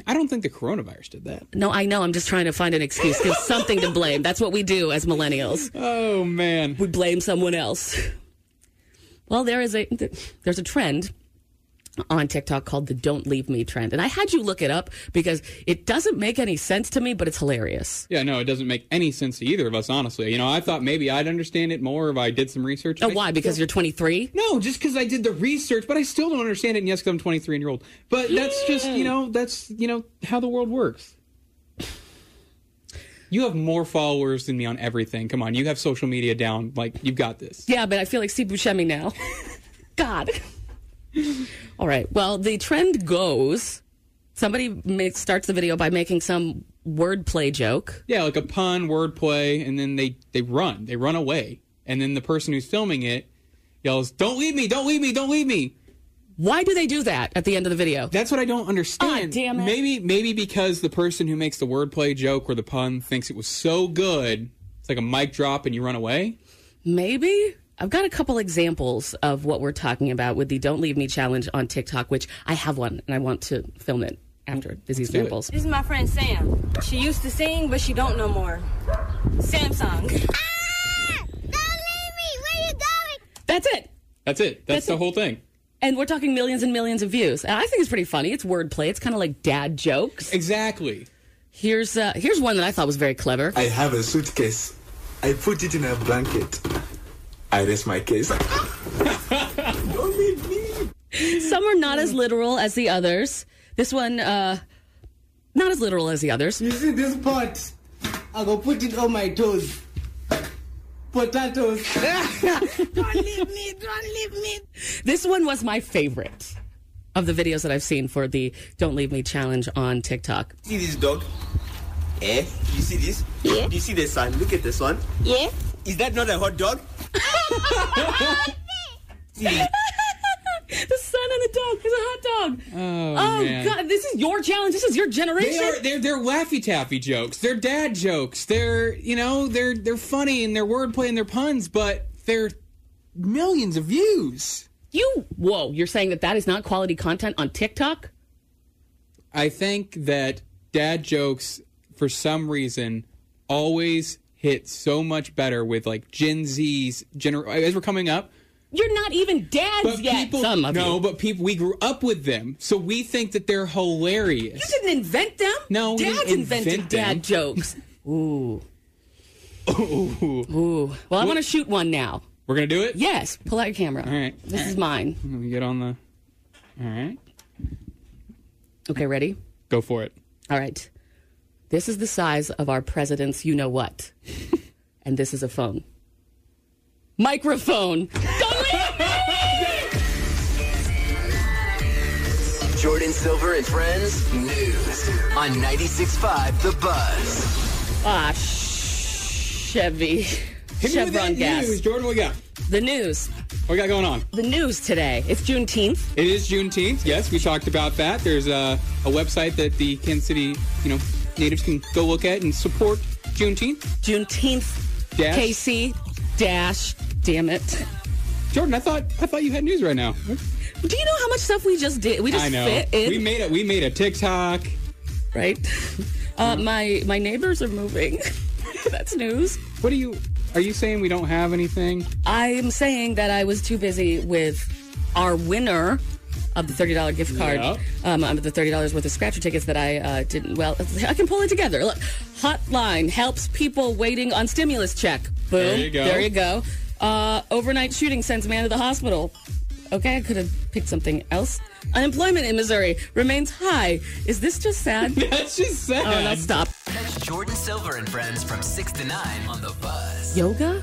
Speaker 4: I don't think the coronavirus did that.
Speaker 3: No, I know. I'm just trying to find an excuse. Give something to blame. That's what we do as millennials.
Speaker 4: Oh man.
Speaker 3: We blame someone else. Well, there is a there's a trend on TikTok called the "Don't Leave Me" trend, and I had you look it up because it doesn't make any sense to me, but it's hilarious.
Speaker 4: Yeah, no, it doesn't make any sense to either of us, honestly. You know, I thought maybe I'd understand it more if I did some research.
Speaker 3: Oh, why? Because you're 23.
Speaker 4: No, just because I did the research, but I still don't understand it. And yes, because I'm 23 and year old. But that's just you know that's you know how the world works. You have more followers than me on everything. Come on, you have social media down. Like you've got this.
Speaker 3: Yeah, but I feel like Steve Buscemi now. *laughs* God. All right. Well, the trend goes. Somebody makes, starts the video by making some wordplay joke.
Speaker 4: Yeah, like a pun, wordplay, and then they they run, they run away, and then the person who's filming it yells, "Don't leave me! Don't leave me! Don't leave me!"
Speaker 3: Why do they do that at the end of the video?
Speaker 4: That's what I don't
Speaker 3: Ah,
Speaker 4: understand.
Speaker 3: damn it.
Speaker 4: Maybe maybe because the person who makes the wordplay joke or the pun thinks it was so good, it's like a mic drop and you run away.
Speaker 3: Maybe. I've got a couple examples of what we're talking about with the Don't Leave Me challenge on TikTok, which I have one and I want to film it after these
Speaker 4: do it.
Speaker 3: examples.
Speaker 10: This is my friend Sam. She used to sing, but she don't no more. Samsung.
Speaker 3: That's it.
Speaker 4: That's it. That's, the whole thing.
Speaker 3: And we're talking millions and millions of views. And I think it's pretty funny. It's wordplay. It's kind of like dad jokes.
Speaker 4: Exactly.
Speaker 3: Here's uh, here's one that I thought was very clever.
Speaker 11: I have a suitcase. I put it in a blanket. I rest my case.
Speaker 3: Some are not as literal as the others. This one, uh, not as literal as the others.
Speaker 12: You see this pot? I go put it on my toes. Potatoes.
Speaker 10: don't leave me, don't leave me.
Speaker 3: This one was my favorite of the videos that I've seen for the Don't Leave Me challenge on TikTok.
Speaker 13: See this dog? Eh? You see this? Yeah. You see the sun? Look at the sun. Yeah. Is that not a hot dog?
Speaker 3: the sun and the dog is a hot dog.
Speaker 4: Oh, man.
Speaker 3: God, this is your challenge. This is your
Speaker 4: They
Speaker 3: generation.
Speaker 4: are they're they're laffy taffy jokes. They're dad jokes. They're you know they're they're funny and they're wordplay and they're puns, but they're millions of views.
Speaker 3: you whoa! You're saying that that is not quality content on TikTok?
Speaker 4: I think that dad jokes, for some reason, always hit so much better with like Gen Z's gener- as we're coming up.
Speaker 3: You're not even dads
Speaker 4: But
Speaker 3: yet.
Speaker 4: people
Speaker 3: Some of
Speaker 4: no,
Speaker 3: you.
Speaker 4: but people we grew up with them, so we think that they're hilarious.
Speaker 3: You didn't invent them.
Speaker 4: No, we
Speaker 3: dads
Speaker 4: didn't
Speaker 3: invented
Speaker 4: invent them.
Speaker 3: dad jokes. *laughs* Ooh.
Speaker 4: *laughs* Ooh.
Speaker 3: Ooh. Well, I want to shoot one now.
Speaker 4: We're gonna do it.
Speaker 3: Yes, pull out your camera.
Speaker 4: All right.
Speaker 3: This is mine.
Speaker 4: Let me get on the. All right.
Speaker 3: Okay, ready?
Speaker 4: Go for it.
Speaker 3: All right. This is the size of our president's you know what.
Speaker 4: *laughs*
Speaker 3: and this is a phone. Microphone.
Speaker 5: Jordan Silver and Friends News on 96.5 The Buzz.
Speaker 3: Ah, Chevy.
Speaker 4: Hit me with
Speaker 3: Chevron
Speaker 4: that
Speaker 3: gas.
Speaker 4: news, Jordan. What we got?
Speaker 3: The news.
Speaker 4: What we got going on?
Speaker 3: The news today. It's Juneteenth.
Speaker 4: It is Juneteenth. Yes, we talked about that. There's a, a website that the Kansas City, you know, natives can go look at and support Juneteenth.
Speaker 3: Juneteenth.
Speaker 4: Dash.
Speaker 3: Casey. Dash. Damn it.
Speaker 4: Jordan, I thought I thought you had news right now.
Speaker 3: Do you know how much stuff we just did? We just
Speaker 4: I know.
Speaker 3: fit in.
Speaker 4: We made it. We made a TikTok.
Speaker 3: right? Uh, my my neighbors are moving. *laughs* That's news.
Speaker 4: What are you? Are you saying we don't have anything?
Speaker 3: I'm saying that I was too busy with our winner of the thirty dollar gift card,
Speaker 4: Yeah.
Speaker 3: um, of the thirty dollars worth of scratcher tickets that I uh, didn't. Well, I can pull it together. Look, hotline helps people waiting on stimulus check. Boom.
Speaker 4: There you go.
Speaker 3: There you go. Uh, overnight shooting sends man to the hospital. Okay, I could have picked something else. Unemployment in Missouri remains high. Is this just
Speaker 4: *laughs*
Speaker 3: sad?
Speaker 4: *laughs* That's just sad.
Speaker 3: oh, no, stop.
Speaker 5: Catch Jordan Silver and Friends from 6 to 9 on The Buzz.
Speaker 3: Yoga?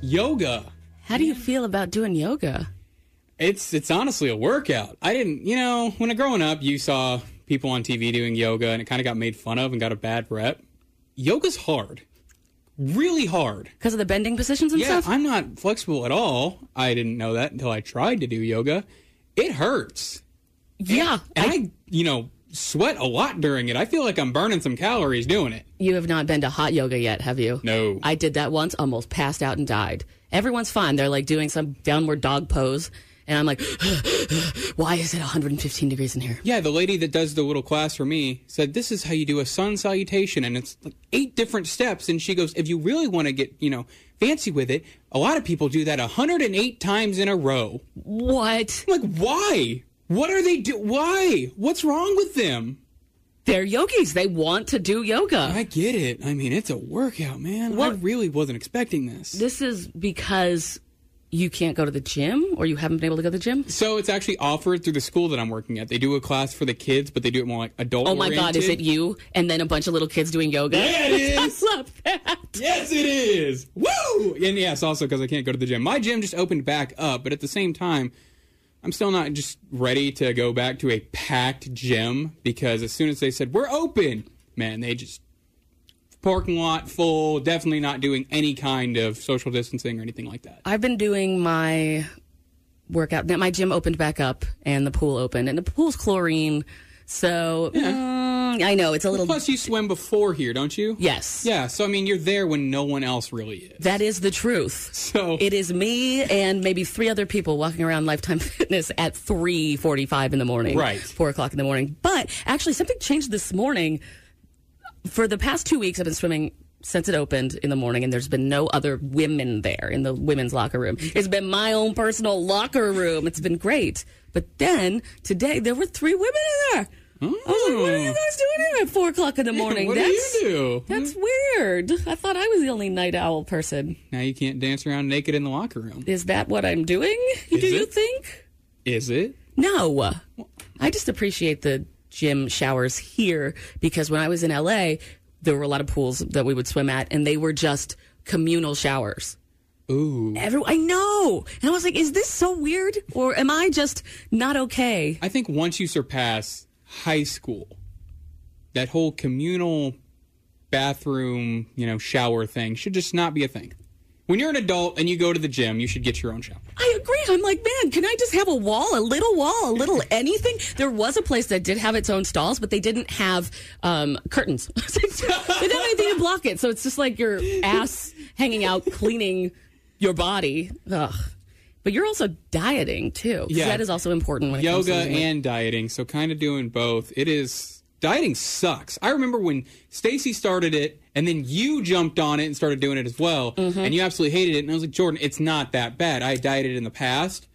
Speaker 4: Yoga.
Speaker 3: How do you feel about doing yoga?
Speaker 4: It's it's honestly a workout. I didn't, you know, when I growing up, you saw people on TV doing yoga, and it kind of got made fun of and got a bad rep. Yoga's hard, really hard.
Speaker 3: Because of the bending positions and
Speaker 4: yeah,
Speaker 3: stuff?
Speaker 4: I'm not flexible at all. I didn't know that until I tried to do yoga. It hurts.
Speaker 3: Yeah,
Speaker 4: and I you know sweat a lot during it. I feel like I'm burning some calories doing it.
Speaker 3: You have not been to hot yoga yet, have you?
Speaker 4: No.
Speaker 3: I did that once, almost passed out and died. Everyone's fine. They're like doing some downward dog pose. And I'm like, *gasps* why is it 115 degrees in here?
Speaker 4: Yeah, the lady that does the little class for me said this is how you do a sun salutation, and it's like eight different steps. And she goes, if you really want to get you know fancy with it, a lot of people do that 108 times in a row.
Speaker 3: What?
Speaker 4: I'm like, why? What are they do? Why? What's wrong with them?
Speaker 3: They're yogis. They want to do yoga.
Speaker 4: I get it. I mean, it's a workout, man. I really wasn't expecting this.
Speaker 3: This is because you can't go to the gym or you haven't been able to go to the gym?
Speaker 4: So it's actually offered through the school that I'm working at. They do a class for the kids, but they do it more like adult.
Speaker 3: Oh my God, is it you? And then a bunch of little kids doing yoga?
Speaker 4: Yeah, it is. Yes, it is. Woo! And yes, also because I can't go to the gym. My gym just opened back up, but at the same time, I'm still not just ready to go back to a packed gym because as soon as they said we're open, man, they just parking lot full. Definitely not doing any kind of social distancing or anything like that.
Speaker 3: I've been doing my workout. now My gym opened back up and the pool opened, and the pool's chlorine. So mm, I know it's a little.
Speaker 4: Plus, you swim before here, don't you?
Speaker 3: Yes.
Speaker 4: Yeah. So I mean, you're there when no one else really is.
Speaker 3: That is the truth.
Speaker 4: So
Speaker 3: it is me and maybe three other people walking around Lifetime *laughs* Fitness at three forty-five in the morning,
Speaker 4: Right.
Speaker 3: Four o'clock in the morning. But actually, something changed this morning. For the past two weeks, I've been swimming since it opened in the morning, and there's been no other women there in the women's locker room. It's been my own personal locker room. It's been great. But then today, there were three women in there. I was like, what are you guys doing here at four o'clock in the morning?
Speaker 4: Mm. *laughs* what do you
Speaker 3: that's,
Speaker 4: do?
Speaker 3: That's weird. I thought I was the only night owl person.
Speaker 4: Now you can't dance around naked in the locker room.
Speaker 3: Is that what I'm doing? do you think?
Speaker 4: Is it?
Speaker 3: No. I just appreciate the gym showers here because when I was in LA, there were a lot of pools that we would swim at, and they were just communal showers.
Speaker 4: Ooh.
Speaker 3: Every, I know. And I was like, is this so weird? Or am I just not okay?
Speaker 4: I think once you surpass high school, that whole communal bathroom, you know, shower thing should just not be a thing. When you're an adult and you go to the gym, you should get your own shower.
Speaker 3: I agree. I'm like, man, can I just have a wall, a little wall, a
Speaker 4: *laughs*
Speaker 3: little anything? There was a place that did have its own stalls, but they didn't have um, curtains. *laughs* they didn't have anything to block it. So it's just like your ass hanging out, cleaning your body. Ugh. But you're also dieting too. 'cause
Speaker 4: Yeah.
Speaker 3: That is also important when it comes to
Speaker 4: Yoga
Speaker 3: losing weight.
Speaker 4: and dieting, so kind of doing both. It is dieting sucks. I remember when Stacy started it and then you jumped on it and started doing it as well and you absolutely hated it and I was like, "Jordan, it's not that bad. I dieted in the past.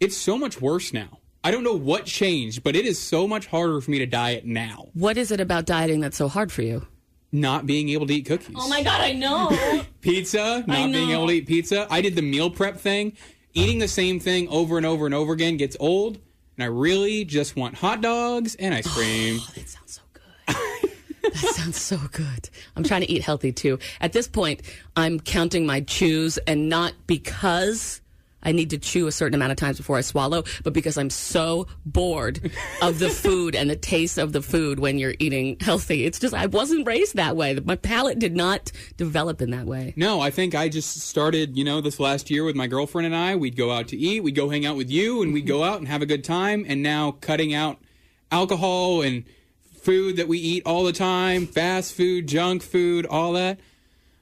Speaker 4: It's so much worse now." I don't know what changed, but it is so much harder for me to diet now.
Speaker 3: What is it about dieting that's so hard for you?
Speaker 4: Not being able to eat cookies.
Speaker 10: Oh my god, I know.
Speaker 4: pizza, not being able to eat pizza. I did the meal prep thing. Eating the same thing over and over and over again gets old, and I really just want hot dogs and
Speaker 10: *sighs*
Speaker 4: ice cream. *sighs*
Speaker 3: That sounds so good. I'm trying to eat healthy too. At this point, I'm counting my chews and not because I need to chew a certain amount of times before I swallow, but because I'm so bored of the food and the taste of the food when you're eating healthy. It's just, I wasn't raised that way. My palate did not develop in that way.
Speaker 4: No, I think I just started, you know, this last year with my girlfriend and I. We'd go out to eat, we'd go hang out with you, and we'd
Speaker 3: Mm-hmm.
Speaker 4: go out and have a good time. And now cutting out alcohol and food that we eat all the time, fast food, junk food, all that.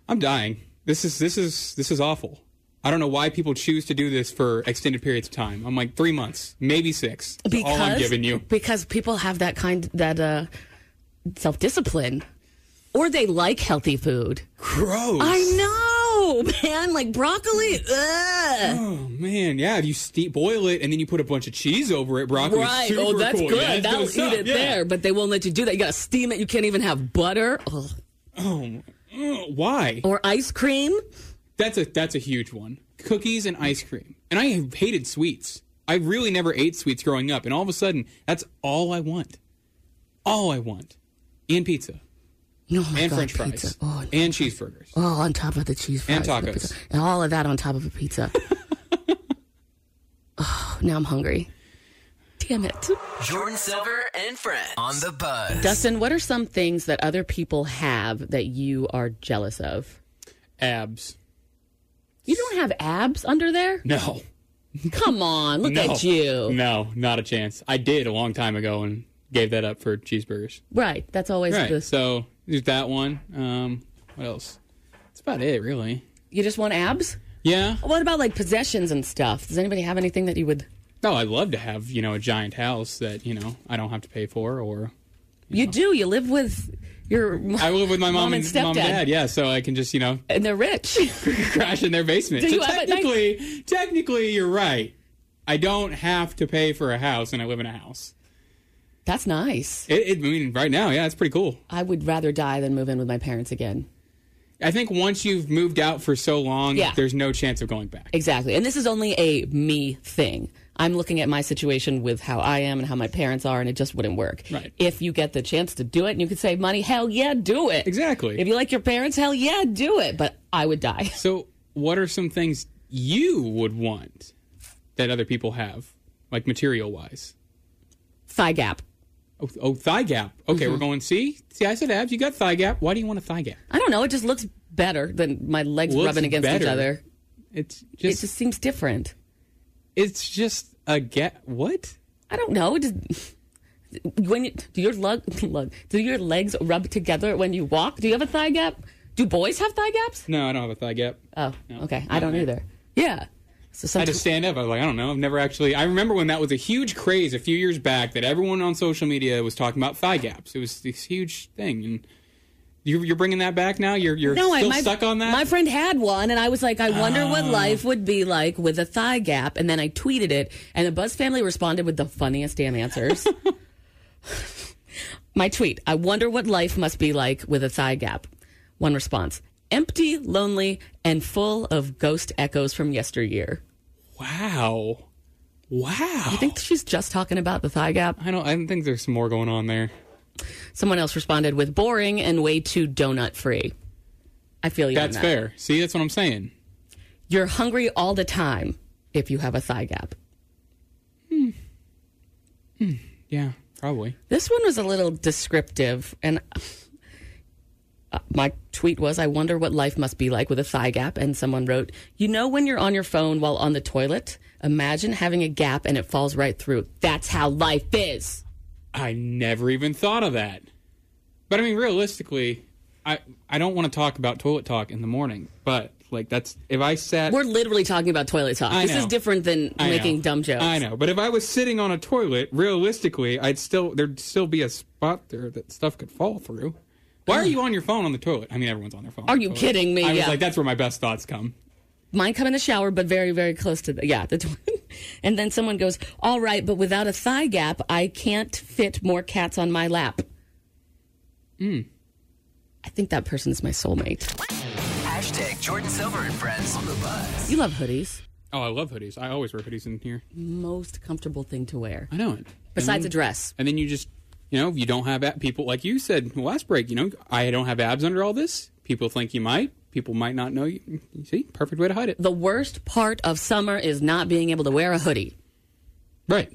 Speaker 4: I'm dying. This is this is this is awful. I don't know why people choose to do this for extended periods of time. I'm like three months, maybe six. That's
Speaker 3: Because,
Speaker 4: all I'm giving you.
Speaker 3: because people have that kind, that uh, self discipline or they like healthy food.
Speaker 4: Gross.
Speaker 3: I know, *laughs* man. Like broccoli.
Speaker 4: Mm.
Speaker 3: Ugh.
Speaker 4: Oh man, yeah. If you ste- boil it and then you put a bunch of cheese over it, broccoli. is
Speaker 3: Right.
Speaker 4: Super
Speaker 3: Oh, that's
Speaker 4: cool.
Speaker 3: good.
Speaker 4: Yeah, it's
Speaker 3: That'll
Speaker 4: gonna suck.
Speaker 3: eat it
Speaker 4: Yeah.
Speaker 3: there, but they won't let you do that. You got to steam it. You can't even have butter. Ugh.
Speaker 4: Oh, mm, why?
Speaker 3: Or ice cream?
Speaker 4: That's a that's a huge one. Cookies and ice cream. And I have hated sweets. I really never ate sweets growing up, and all of a sudden, that's all I want. All I want. And pizza.
Speaker 3: No,
Speaker 4: and
Speaker 3: God,
Speaker 4: French fries.
Speaker 3: pizza. Oh,
Speaker 4: and cheeseburgers.
Speaker 3: Oh, on top of the cheese fries
Speaker 4: And
Speaker 3: the
Speaker 4: tacos. *laughs*
Speaker 3: pizza. and all of that on top of a pizza. now I'm hungry. Damn it.
Speaker 5: Jordan Silver and friends on the buzz.
Speaker 3: Dustin, what are some things that other people have that you are jealous of?
Speaker 4: Abs.
Speaker 3: You don't have abs under *laughs* there?
Speaker 4: No.
Speaker 3: Come on, look
Speaker 4: no.
Speaker 3: at you.
Speaker 4: No, not a chance. I did a long time ago and gave that up for cheeseburgers.
Speaker 3: Right, that's always
Speaker 4: right.
Speaker 3: the.
Speaker 4: So there's that one. Um, what else? That's about it, really.
Speaker 3: You just want abs?
Speaker 4: Yeah.
Speaker 3: What about like possessions and stuff? Does anybody have anything that you would.
Speaker 4: No, Oh, I'd love to have you know a giant house that you know I don't have to pay for, or
Speaker 3: You do. You live with your. *laughs*
Speaker 4: I live with my mom, and,
Speaker 3: stepdad.
Speaker 4: mom and dad. Yeah, so I can just you know *laughs*
Speaker 3: And they're rich.
Speaker 4: crash in their basement.
Speaker 3: Do
Speaker 4: so
Speaker 3: you have a nice-
Speaker 4: technically, technically, you're right. I don't have to pay for a house, and I live in a house.
Speaker 3: That's nice.
Speaker 4: It, it, I mean, right now, yeah, it's pretty cool.
Speaker 3: I would rather die than move in with my parents again.
Speaker 4: I think once you've moved out for so long,
Speaker 3: Yeah.
Speaker 4: there's no chance of going back.
Speaker 3: Exactly. And this is only a me thing. I'm looking at my situation with how I am and how my parents are, and it just wouldn't work. Right. If you get the chance to do it and you can save money, hell yeah, do it.
Speaker 4: Exactly.
Speaker 3: If you like your parents, hell yeah, do it. But I would die. *laughs*
Speaker 4: So, what are some things you would want that other people have, like material wise?
Speaker 3: Thigh gap.
Speaker 4: Oh, oh thigh gap. Okay,
Speaker 3: Mhm.
Speaker 4: we're going. See, see, I said abs. You got thigh gap. Why do you want a thigh gap?
Speaker 3: I don't know. It just looks better than my legs
Speaker 4: Looks
Speaker 3: rubbing against each
Speaker 4: better.
Speaker 3: other.
Speaker 4: It's
Speaker 3: it just seems different.
Speaker 4: It's just a gap. What?
Speaker 3: I don't know. It just- *laughs* when you, do your lug, *laughs* lug, do your legs rub together when you walk? Do you have a thigh gap? Do boys have thigh gaps?
Speaker 4: No, I don't have a thigh gap.
Speaker 3: Oh, okay. I
Speaker 4: Not
Speaker 3: don't
Speaker 4: me.
Speaker 3: either. Yeah. So
Speaker 4: I just stand up. I was like, I don't know. I've never actually. I remember when that was a huge craze a few years back that everyone on social media was talking about thigh gaps. It was this huge thing, and you, you're bringing that back now. You're you're
Speaker 3: no, I,
Speaker 4: still
Speaker 3: my,
Speaker 4: stuck on that.
Speaker 3: My friend had one, and I was like, I wonder what
Speaker 4: Ah.
Speaker 3: life would be like with a thigh gap. And then I tweeted it, and the Buzz family responded with the funniest damn
Speaker 4: *laughs*
Speaker 3: answers. my tweet I wonder what life must be like with a thigh gap. One response empty, lonely, and full of ghost echoes from yesteryear.
Speaker 4: Wow. Wow.
Speaker 3: You think she's just talking about the thigh gap?
Speaker 4: I don't. I think there's some more going on there.
Speaker 3: Someone else responded with boring and way too donut free. I feel you. on
Speaker 4: That's
Speaker 3: that.
Speaker 4: fair. See, that's what I'm saying.
Speaker 3: You're hungry all the time if you have a thigh gap.
Speaker 4: Yeah, probably.
Speaker 3: This one was a little descriptive, and uh, my tweet was, "I wonder what life must be like with a thigh gap." And someone wrote, "You know, when you're on your phone while on the toilet, imagine having a gap and it falls right through. That's how life is."
Speaker 4: I never even thought of that. But I mean, realistically, I I don't want to talk about toilet talk in the morning. But like, that's if I sat.
Speaker 3: We're literally talking about toilet talk.
Speaker 4: I
Speaker 3: this is
Speaker 4: know.
Speaker 3: different than
Speaker 4: I know.
Speaker 3: making dumb jokes.
Speaker 4: I know, but if I was sitting on a toilet, realistically, I'd still there'd still be a spot there that stuff could fall through. Why are you on your phone on the toilet? I mean, everyone's on their phone. on
Speaker 3: Are
Speaker 4: the
Speaker 3: you
Speaker 4: toilet.
Speaker 3: kidding me?
Speaker 4: I was
Speaker 3: Yeah.
Speaker 4: like, that's where my best thoughts come.
Speaker 3: Mine come in the shower, but very, very close to the yeah. The toilet. *laughs* and then someone goes, "All right, but without a thigh gap, I can't fit more cats on my lap."
Speaker 5: Mm.
Speaker 3: I think that person is my soulmate.
Speaker 5: Hashtag Jordan Silver and friends on the buzz.
Speaker 3: You love hoodies.
Speaker 4: Oh, I love hoodies. I always wear hoodies in here.
Speaker 3: Most comfortable thing to wear.
Speaker 4: I know it.
Speaker 3: Besides
Speaker 4: And-
Speaker 3: a dress.
Speaker 4: And then you just, you know, you don't have ab- people like you said last break. You know, I don't have abs under all this. People think you might. People might not know you. You See, perfect way to hide it.
Speaker 3: The worst part of summer is not being able to wear a hoodie.
Speaker 4: Right.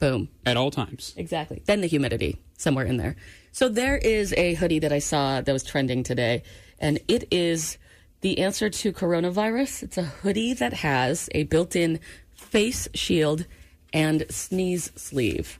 Speaker 3: Boom.
Speaker 4: At all times.
Speaker 3: Exactly. Then the humidity somewhere in there. So there is a hoodie that I saw that was trending today, and it is the answer to coronavirus. It's a hoodie that has a built in face shield and sneeze sleeve.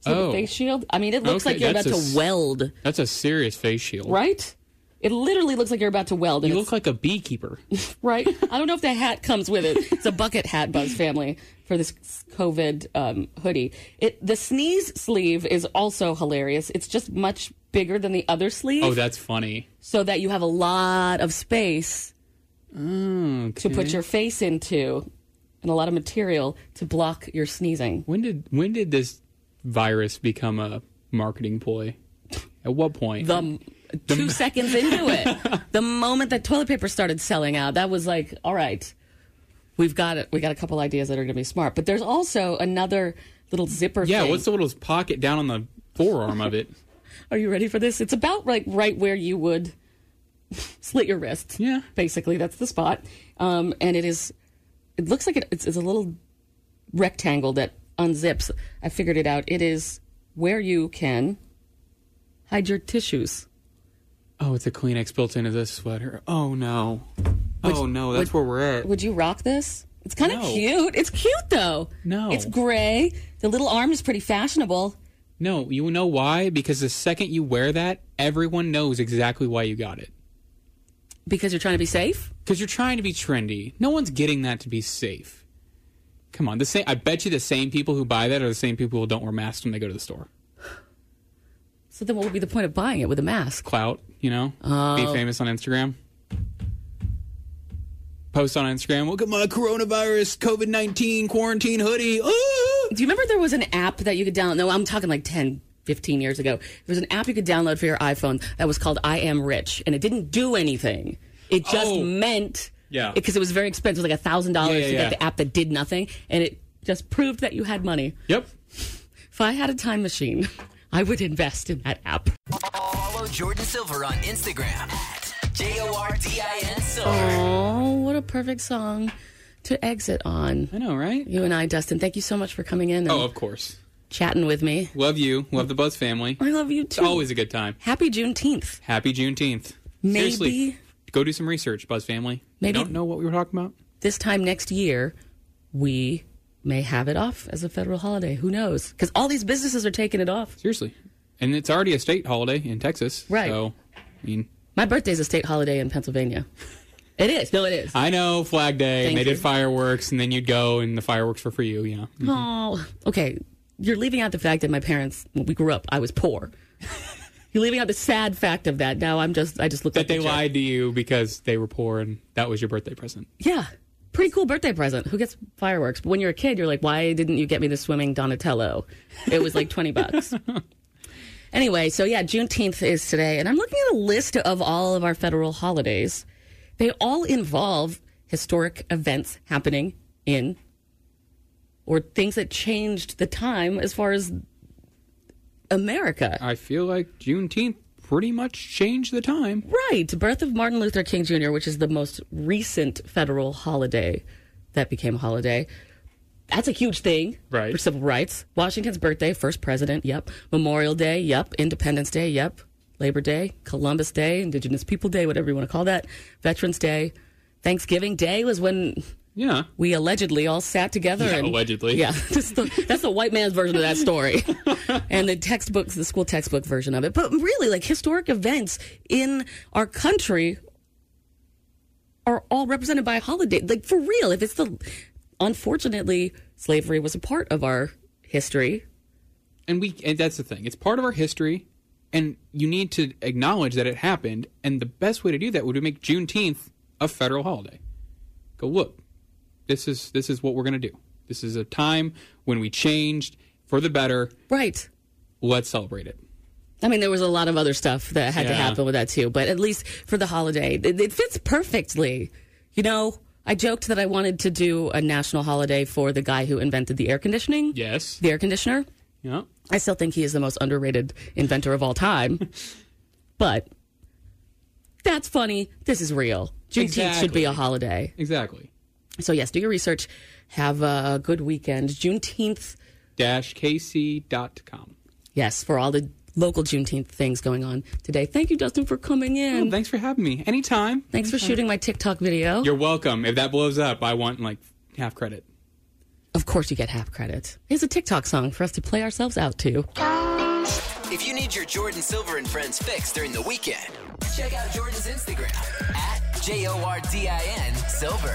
Speaker 3: So the
Speaker 4: Oh.
Speaker 3: face shield? I mean, it looks
Speaker 4: Okay,
Speaker 3: like you're about
Speaker 4: that's
Speaker 3: to
Speaker 4: a s-
Speaker 3: weld,
Speaker 4: That's a serious face shield.
Speaker 3: right? It literally looks like you're about to weld. and
Speaker 4: You
Speaker 3: it's-
Speaker 4: look like a beekeeper.
Speaker 3: right? I don't know if the hat comes with it. It's a bucket hat, Buzz family, for this COVID um, hoodie. It the sneeze sleeve is also hilarious. It's just much bigger than the other sleeve,
Speaker 4: *laughs* oh, that's funny.
Speaker 3: so that you have a lot of space to
Speaker 4: Okay.
Speaker 3: put your face into, and a lot of material to block your sneezing.
Speaker 4: When did when did this virus become a marketing ploy? At what point?
Speaker 3: The two seconds into
Speaker 4: *laughs*
Speaker 3: it, the moment that toilet paper started selling out, that was like, all right, we've got it. We got a couple ideas that are going to be smart. But there's also another little zipper.
Speaker 4: yeah,
Speaker 3: thing.
Speaker 4: what's the little pocket down on the forearm of *laughs* it?
Speaker 3: Are you ready for this? It's about like right where you would *laughs* slit your wrist. Yeah. Basically, that's the spot. Um, and it is, it looks like it, it's, it's a little rectangle that unzips. I figured it out. It is where you can hide your tissues.
Speaker 4: Oh, it's a Kleenex built into this sweater. Oh no. oh no, that's where we're at.
Speaker 3: Would you rock this? It's kind of
Speaker 4: No.
Speaker 3: cute. It's cute though.
Speaker 4: No.
Speaker 3: It's gray. The little arm is pretty fashionable.
Speaker 4: No, you know why? Because the second you wear that, everyone knows exactly why you got it.
Speaker 3: Because you're trying to be safe?
Speaker 4: Because you're trying to be trendy. No one's getting that to be safe. Come on, the same. I bet you the same people who buy that are the same people who don't wear masks when they go to the store.
Speaker 3: So then what would be the point of buying it with a mask?
Speaker 4: Clout, you know,
Speaker 3: Oh.
Speaker 4: be famous on Instagram. Post on Instagram. Look at my coronavirus COVID nineteen quarantine hoodie.
Speaker 3: Do you remember there was an app that you could download? No, I'm talking like 10, 15 years ago. There was an app you could download for your iPhone that was called I Am Rich, and it didn't do anything. It just meant
Speaker 4: Oh. Yeah.
Speaker 3: because it was very expensive, like a thousand dollars
Speaker 4: Yeah, yeah,
Speaker 3: to get
Speaker 4: yeah.
Speaker 3: the app that did nothing, and it just proved that you had money.
Speaker 4: Yep.
Speaker 3: If I had a time machine, *laughs* I would invest in that app.
Speaker 5: Follow Jordan Silver on Instagram at J O R D I N Silver.
Speaker 3: Oh, what a perfect song to exit on. I
Speaker 4: know, right?
Speaker 3: You and I, Dustin, thank you so much for coming in and
Speaker 4: Oh, of course.
Speaker 3: chatting with me.
Speaker 4: Love you. Love the Buzz family.
Speaker 3: I love you
Speaker 4: It's
Speaker 3: too.
Speaker 4: always a good time.
Speaker 3: Happy Juneteenth.
Speaker 4: Happy Juneteenth.
Speaker 3: Maybe-
Speaker 4: Seriously, go do some research, Buzz family.
Speaker 3: Maybe-
Speaker 4: don't know what we were talking about.
Speaker 3: This time next year, we may have it off as a federal holiday. Who knows? Because all these businesses are taking it off.
Speaker 4: Seriously. And it's already a state holiday in Texas.
Speaker 3: Right.
Speaker 4: So, I mean,
Speaker 3: My birthday's a state holiday in Pennsylvania. It is. No, it is.
Speaker 4: I know Flag Day,
Speaker 3: Thank
Speaker 4: and they
Speaker 3: you.
Speaker 4: did fireworks, and then you'd go, and the fireworks were for you, you know.
Speaker 3: Oh, okay. You're leaving out the fact that my parents, when we grew up, I was poor. *laughs* You're leaving out the sad fact of that. Now I'm just, I just look
Speaker 4: That
Speaker 3: like
Speaker 4: they
Speaker 3: a jerk.
Speaker 4: lied to you because they were poor, and that was your birthday present.
Speaker 3: Yeah. Pretty cool birthday present. Who gets fireworks? But when you're a kid, you're like, why didn't you get me the swimming Donatello? It was like 20 bucks. anyway, so yeah, Juneteenth is today. And I'm looking at a list of all of our federal holidays. They all involve historic events happening in or things that changed the time as far as America.
Speaker 4: I feel like Juneteenth pretty much changed the time.
Speaker 3: Right. Birth of Martin Luther King Jr., which is the most recent federal holiday that became a holiday. That's a huge thing right. for civil rights. Washington's birthday, first president, yep. Memorial Day, yep. Independence Day, yep. Labor Day, Columbus Day, Indigenous People Day, whatever you want to call that. Veterans Day. Thanksgiving Day was when
Speaker 4: yeah
Speaker 3: we allegedly all sat together.
Speaker 4: Yeah,
Speaker 3: and,
Speaker 4: allegedly.
Speaker 3: Yeah, *laughs* that's the, that's the white man's version of that
Speaker 4: *laughs*
Speaker 3: story, and the textbooks, the school textbook version of it. But really, like historic events in our country are all represented by a holiday. Like for real, if it's the unfortunately, slavery was a part of our history.
Speaker 4: And we and that's the thing. It's part of our history, and you need to acknowledge that it happened. And the best way to do that would be make Juneteenth a federal holiday. Go look. This is this is what we're gonna do. This is a time when we changed for the better.
Speaker 3: Right.
Speaker 4: Let's celebrate it.
Speaker 3: I mean, there was a lot of other stuff that had to
Speaker 4: Yeah.
Speaker 3: happen with that too, but at least for the holiday, it, it fits perfectly. You know, I joked that I wanted to do a national holiday for the guy who invented the air conditioning.
Speaker 4: Yes.
Speaker 3: The air conditioner.
Speaker 4: Yeah.
Speaker 3: I still think he is the most underrated inventor of all
Speaker 4: *laughs*
Speaker 3: time. but that's funny. This is real. Juneteenth should be
Speaker 4: Exactly.
Speaker 3: a holiday.
Speaker 4: Exactly.
Speaker 3: So, yes, do your research. Have a good weekend. Juneteenth.
Speaker 4: Dash KC.com.
Speaker 3: Yes, for all the local Juneteenth things going on today. Thank you, Dustin, for coming in.
Speaker 4: Oh, thanks for having me. Anytime.
Speaker 3: Thanks for shooting my TikTok video.
Speaker 4: You're welcome. If that blows up, I want like half credit.
Speaker 3: Of course, you get half credit. Here's a TikTok song for us to play ourselves out to.
Speaker 5: If you need your Jordan Silver and Friends fix during the weekend, check out Jordan's Instagram at J O R D I N Silver.